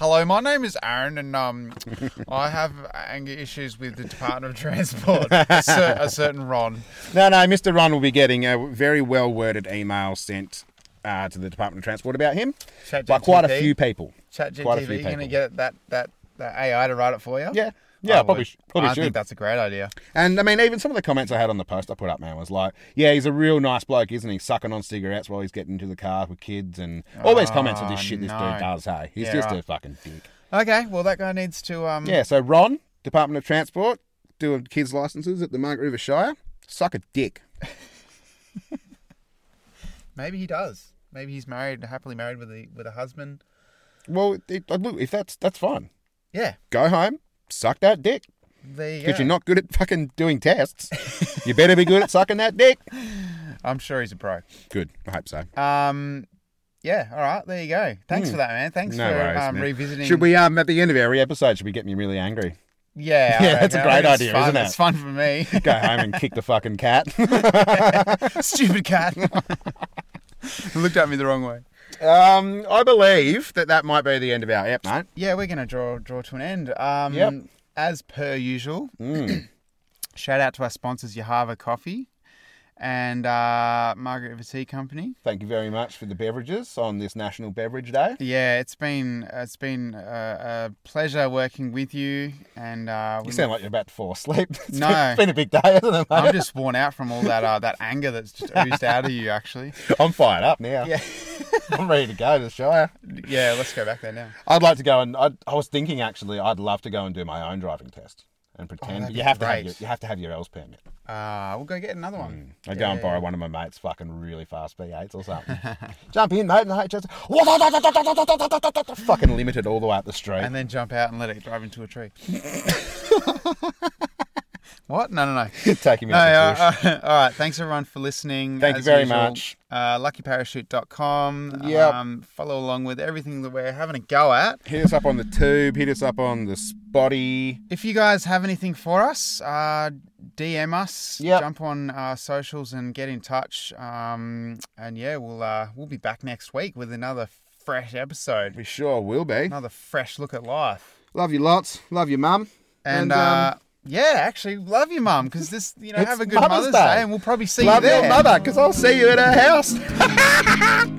[SPEAKER 2] Hello, my name is Aaron, and um, I have anger issues with the Department of Transport. a, cer- a certain Ron.
[SPEAKER 3] no, no, Mr. Ron will be getting a very well worded email sent uh, to the Department of Transport about him
[SPEAKER 2] Chat
[SPEAKER 3] by quite a
[SPEAKER 2] GPT.
[SPEAKER 3] few people.
[SPEAKER 2] Chat
[SPEAKER 3] Quite a
[SPEAKER 2] GTV,
[SPEAKER 3] few
[SPEAKER 2] you going to
[SPEAKER 3] people.
[SPEAKER 2] get that, that, that AI to write it for you?
[SPEAKER 3] Yeah. Yeah,
[SPEAKER 2] I
[SPEAKER 3] I probably,
[SPEAKER 2] would.
[SPEAKER 3] sh- probably
[SPEAKER 2] Oh, I
[SPEAKER 3] should.
[SPEAKER 2] think that's a great idea.
[SPEAKER 3] And I mean, even some of the comments I had on the post I put up, man, was like, "Yeah, he's a real nice bloke, isn't he? Sucking on cigarettes while he's getting into the car with kids, and all these comments of this
[SPEAKER 2] Oh,
[SPEAKER 3] shit this
[SPEAKER 2] no.
[SPEAKER 3] dude does. Hey, he's
[SPEAKER 2] Yeah,
[SPEAKER 3] just a
[SPEAKER 2] right.
[SPEAKER 3] fucking dick."
[SPEAKER 2] Okay, well that guy needs to um
[SPEAKER 3] Yeah. So Ron, Department of Transport, doing kids' licenses at the Margaret River Shire. Suck a dick.
[SPEAKER 2] maybe he does. Maybe he's married happily married with a with a husband.
[SPEAKER 3] Well, it, uh, look, if that's that's fine,
[SPEAKER 2] Yeah.
[SPEAKER 3] go home, suck that dick.
[SPEAKER 2] There you go.
[SPEAKER 3] Because you're not good at fucking doing tests. you better be good at sucking that dick.
[SPEAKER 2] I'm sure he's a pro.
[SPEAKER 3] Good. I hope so.
[SPEAKER 2] Um yeah, all right, there you go. Thanks for that, man. Thanks
[SPEAKER 3] No
[SPEAKER 2] for
[SPEAKER 3] worries,
[SPEAKER 2] um,
[SPEAKER 3] man.
[SPEAKER 2] revisiting.
[SPEAKER 3] Should we um at the end of every episode should we get me really angry?
[SPEAKER 2] Yeah,
[SPEAKER 3] Yeah,
[SPEAKER 2] I
[SPEAKER 3] that's a
[SPEAKER 2] reckon. I
[SPEAKER 3] great
[SPEAKER 2] reckon it's
[SPEAKER 3] idea,
[SPEAKER 2] fun.
[SPEAKER 3] isn't it?
[SPEAKER 2] It's fun for me.
[SPEAKER 3] Go home and kick the fucking cat.
[SPEAKER 2] Stupid cat. Looked at me the wrong way.
[SPEAKER 3] Um, I believe that that might be the end of our app, mate.
[SPEAKER 2] Yeah, we're gonna draw draw to an end. Um,
[SPEAKER 3] Yep. Mm.
[SPEAKER 2] As per usual, shout out to our sponsors, Yahava Coffee and uh, Margaret River Tea Company.
[SPEAKER 3] Thank you very much for the beverages on this National Beverage Day.
[SPEAKER 2] Yeah, it's been it's been a, a pleasure working with you, and uh, we
[SPEAKER 3] You sound like you're about to fall asleep. It's
[SPEAKER 2] No.
[SPEAKER 3] been, it's been a big day, hasn't it, mate?
[SPEAKER 2] I'm just worn out from all that uh, that anger that's just oozed out of you. Actually,
[SPEAKER 3] I'm fired up now.
[SPEAKER 2] yeah,
[SPEAKER 3] I'm ready to go to the Shire.
[SPEAKER 2] yeah. Let's go back there now.
[SPEAKER 3] I'd like to go and I'd, I was thinking actually, I'd love to go and do my own driving test and pretend.
[SPEAKER 2] Oh, that'd
[SPEAKER 3] you
[SPEAKER 2] be
[SPEAKER 3] have to have
[SPEAKER 2] great.
[SPEAKER 3] your, you have to have your L's permit.
[SPEAKER 2] Uh, we'll go get another one.
[SPEAKER 3] I would
[SPEAKER 2] Yeah,
[SPEAKER 3] go and
[SPEAKER 2] yeah,
[SPEAKER 3] borrow
[SPEAKER 2] yeah.
[SPEAKER 3] one of my mates' fucking really fast V8s or something. Jump in, mate, and I just fucking limited all the way up the street.
[SPEAKER 2] and then jump out and let it drive into a tree. what? No, no, no.
[SPEAKER 3] Taking me
[SPEAKER 2] No,
[SPEAKER 3] to the
[SPEAKER 2] yeah,
[SPEAKER 3] bush.
[SPEAKER 2] uh, all right. Thanks everyone for listening.
[SPEAKER 3] Thank you
[SPEAKER 2] as
[SPEAKER 3] very
[SPEAKER 2] usual.
[SPEAKER 3] much.
[SPEAKER 2] Uh, luckyparachute.com.
[SPEAKER 3] Yep.
[SPEAKER 2] Um, follow along with everything that we're having a go at.
[SPEAKER 3] uh, Hit us up on the tube. Hit us up on the spotty.
[SPEAKER 2] If you guys have anything for us, uh, DM us.
[SPEAKER 3] Yep.
[SPEAKER 2] Jump on our socials and get in touch. Um, and yeah, we'll uh, we'll be back next week with another fresh episode,
[SPEAKER 3] We sure will be.
[SPEAKER 2] another fresh look at life.
[SPEAKER 3] Love you lots. Love your mum. And,
[SPEAKER 2] And,
[SPEAKER 3] um,
[SPEAKER 2] uh, yeah, actually, love you, mum, because this, you know,
[SPEAKER 3] It's
[SPEAKER 2] have a good
[SPEAKER 3] Mother's
[SPEAKER 2] Mother's, Day.
[SPEAKER 3] Day.
[SPEAKER 2] and we'll probably see
[SPEAKER 3] Love
[SPEAKER 2] you there.
[SPEAKER 3] your mother, because I'll see you at her house.